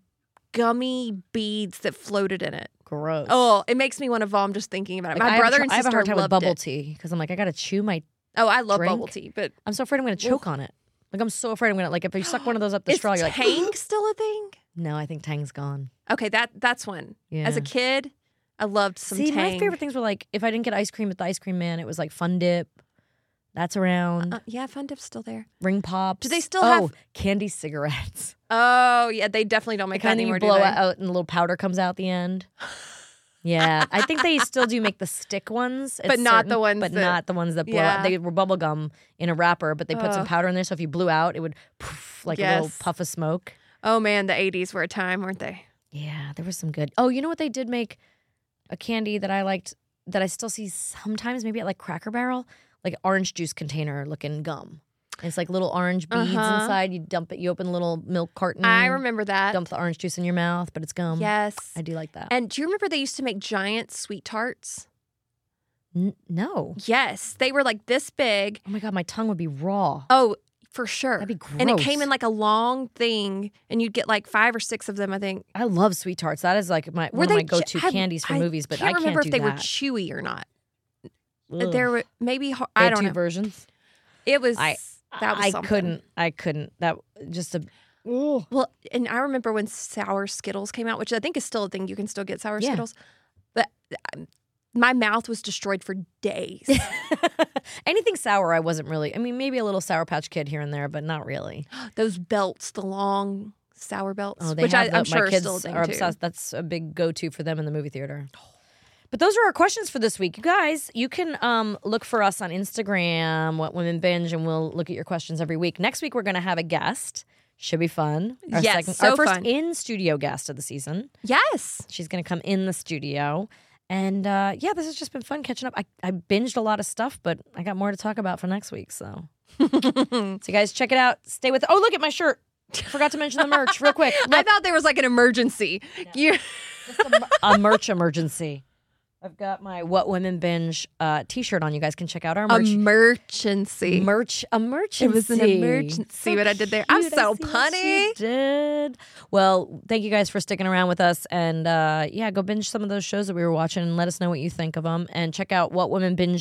Speaker 2: gummy beads that floated in it.
Speaker 1: gross.
Speaker 2: Oh, it makes me want to vom just thinking about it.
Speaker 1: Like, I
Speaker 2: My
Speaker 1: have a
Speaker 2: brother
Speaker 1: tr-
Speaker 2: and
Speaker 1: I have
Speaker 2: sister
Speaker 1: a hard time with
Speaker 2: loved
Speaker 1: bubble
Speaker 2: it.
Speaker 1: tea because I'm like, I gotta chew my.
Speaker 2: Oh, I love
Speaker 1: drink.
Speaker 2: bubble tea, but
Speaker 1: I'm so afraid I'm gonna choke on it. Like I'm so afraid I'm gonna like if you suck one of those up the
Speaker 2: is
Speaker 1: straw, you're like,
Speaker 2: Tang still a thing?
Speaker 1: no, I think Tang's gone.
Speaker 2: Okay, that that's one.
Speaker 1: Yeah.
Speaker 2: As a kid, I loved some
Speaker 1: See,
Speaker 2: Tang.
Speaker 1: my favorite things were like if I didn't get ice cream at the ice cream man, it was like Fun Dip. That's around
Speaker 2: Uh, yeah, Fun Dip's still there.
Speaker 1: ring pops.
Speaker 2: Do they still
Speaker 1: oh,
Speaker 2: have-
Speaker 1: candy cigarettes?
Speaker 2: Oh yeah, they definitely don't make
Speaker 1: Like
Speaker 2: that
Speaker 1: kind of
Speaker 2: anymore.
Speaker 1: you
Speaker 2: do
Speaker 1: blow it
Speaker 2: they?
Speaker 1: out and a little powder comes out the end. Yeah, I think they still do make the stick ones, at
Speaker 2: But not the ones
Speaker 1: But
Speaker 2: that-
Speaker 1: not the ones that blow
Speaker 2: Yeah.
Speaker 1: out. They were bubble gum in a wrapper, but they put some
Speaker 2: Ugh.
Speaker 1: powder in there, so if you blew out, it would poof, like a little
Speaker 2: Yes.
Speaker 1: puff of smoke.
Speaker 2: Oh man, the '80s were a time, weren't they?
Speaker 1: Yeah, there was some good. Oh, you know what they did make? A candy that I liked that I still see sometimes, maybe at like Cracker Barrel, like orange juice container looking gum. And it's like little orange beads
Speaker 2: Uh-huh.
Speaker 1: inside. You dump it. You open a little milk carton.
Speaker 2: I remember that.
Speaker 1: Dump the orange juice in your mouth, but it's gum.
Speaker 2: Yes.
Speaker 1: Mm-hmm. I do like that.
Speaker 2: And do you remember they used to make giant sweet tarts?
Speaker 1: N- no.
Speaker 2: Yes, they were like this big.
Speaker 1: Oh my god, my tongue would be raw.
Speaker 2: Oh, for sure.
Speaker 1: That'd be gross.
Speaker 2: And it came in like a long thing, and you'd get like five or six of them, I think.
Speaker 1: I love sweet tarts. That is like my one of
Speaker 2: they
Speaker 1: my go-to
Speaker 2: che- I-
Speaker 1: candies for
Speaker 2: I
Speaker 1: movies, but
Speaker 2: can't
Speaker 1: I can't
Speaker 2: remember
Speaker 1: do
Speaker 2: if they
Speaker 1: that.
Speaker 2: were chewy or not. Uh,
Speaker 1: Ugh.
Speaker 2: There were maybe har-
Speaker 1: They
Speaker 2: I
Speaker 1: had
Speaker 2: don't
Speaker 1: two
Speaker 2: know.
Speaker 1: versions.
Speaker 2: it was
Speaker 1: I-
Speaker 2: that was
Speaker 1: I
Speaker 2: something.
Speaker 1: couldn't. I couldn't. That just a. Ugh.
Speaker 2: Well, and I remember when sour Skittles came out, which I think is still a thing. You can still get sour
Speaker 1: Yeah.
Speaker 2: Skittles, but um, my mouth was destroyed for days.
Speaker 1: Anything sour, I wasn't really. I mean, maybe a little Sour Patch Kid here and there, but not really.
Speaker 2: Those belts, the long sour belts,
Speaker 1: Oh, they
Speaker 2: which I,
Speaker 1: have the-
Speaker 2: I'm sure
Speaker 1: my
Speaker 2: is
Speaker 1: kids
Speaker 2: still a thing
Speaker 1: are
Speaker 2: too. Oh.
Speaker 1: obsessed. That's a big go-to for them in the movie theater. But those are our questions for this week, you guys. You can um, look for us on Instagram, What Women Binge, and we'll look at your questions every week. Next week, we're going to have a guest. Should be fun. Our
Speaker 2: Yes, so
Speaker 1: our first
Speaker 2: fun.
Speaker 1: in studio guest of the season.
Speaker 2: Yes.
Speaker 1: She's going to come in the studio. And uh, yeah, this has just been fun catching up. I, I binged a lot of stuff, but I got more to talk about for next week. So, so you guys check it out. Stay with. Oh, look at my shirt. Forgot to mention the merch real quick.
Speaker 2: I thought there was like an emergency. You-
Speaker 1: Just a, mer- a merch emergency. I've got my What Women Binge uh, t-shirt on. You guys can check out our merch.
Speaker 2: emergency.
Speaker 1: merch, a merch.
Speaker 2: It was an emergency, what I did there. I'm so punny.
Speaker 1: Did well. Thank you guys for sticking around with us, and uh, yeah, go binge some of those shows that we were watching, and let us know what you think of them. And check out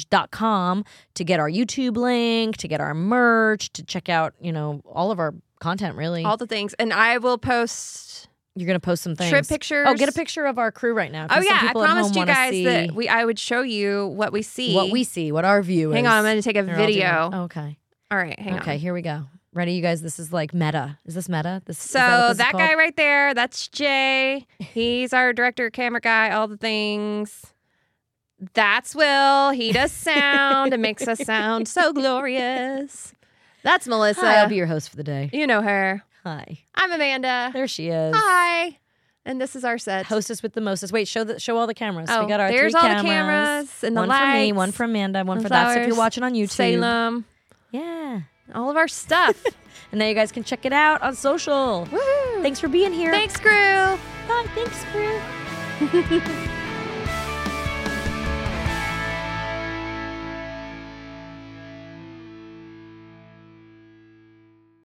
Speaker 1: whatwomenbinge.com to get our YouTube link, to get our merch, to check out you know all of our content. Really,
Speaker 2: All the things. And I will post
Speaker 1: you're gonna post some things.
Speaker 2: trip pictures.
Speaker 1: Oh, get a picture of our crew right now. 'cause
Speaker 2: Oh
Speaker 1: some
Speaker 2: yeah, I
Speaker 1: people at home
Speaker 2: promised you
Speaker 1: wanna
Speaker 2: guys
Speaker 1: see
Speaker 2: that we I would show you what we see.
Speaker 1: what we see, what our view is.
Speaker 2: Hang on, I'm going to take a
Speaker 1: They're all doing it. Oh,
Speaker 2: video.
Speaker 1: okay.
Speaker 2: All right, hang
Speaker 1: okay,
Speaker 2: on.
Speaker 1: here we go. Ready, you guys? This is like meta. Is this meta? This is
Speaker 2: So
Speaker 1: that, what
Speaker 2: that,
Speaker 1: this is
Speaker 2: guy
Speaker 1: called?
Speaker 2: right there, that's Jay. He's our director, camera guy, all the things. That's Will. He does sound and makes us sound so glorious. That's Melissa.
Speaker 1: Hi, I'll uh, be your host for the day.
Speaker 2: you know her.
Speaker 1: Hi.
Speaker 2: I'm Amanda.
Speaker 1: There she is.
Speaker 2: Hi. And this is our set.
Speaker 1: Hostess with the mostest. Wait, show the show all the cameras.
Speaker 2: oh,
Speaker 1: we got our
Speaker 2: there's
Speaker 1: three
Speaker 2: all
Speaker 1: cameras.
Speaker 2: the cameras and the
Speaker 1: one
Speaker 2: lights.
Speaker 1: for me, one for Amanda, one
Speaker 2: and
Speaker 1: for that. So if you're
Speaker 2: flowers.
Speaker 1: watching on YouTube,
Speaker 2: Salem.
Speaker 1: yeah.
Speaker 2: All of our stuff.
Speaker 1: And now you guys can check it out on social.
Speaker 2: Woohoo.
Speaker 1: Thanks for being here.
Speaker 2: Thanks, crew.
Speaker 1: Bye. Thanks, crew.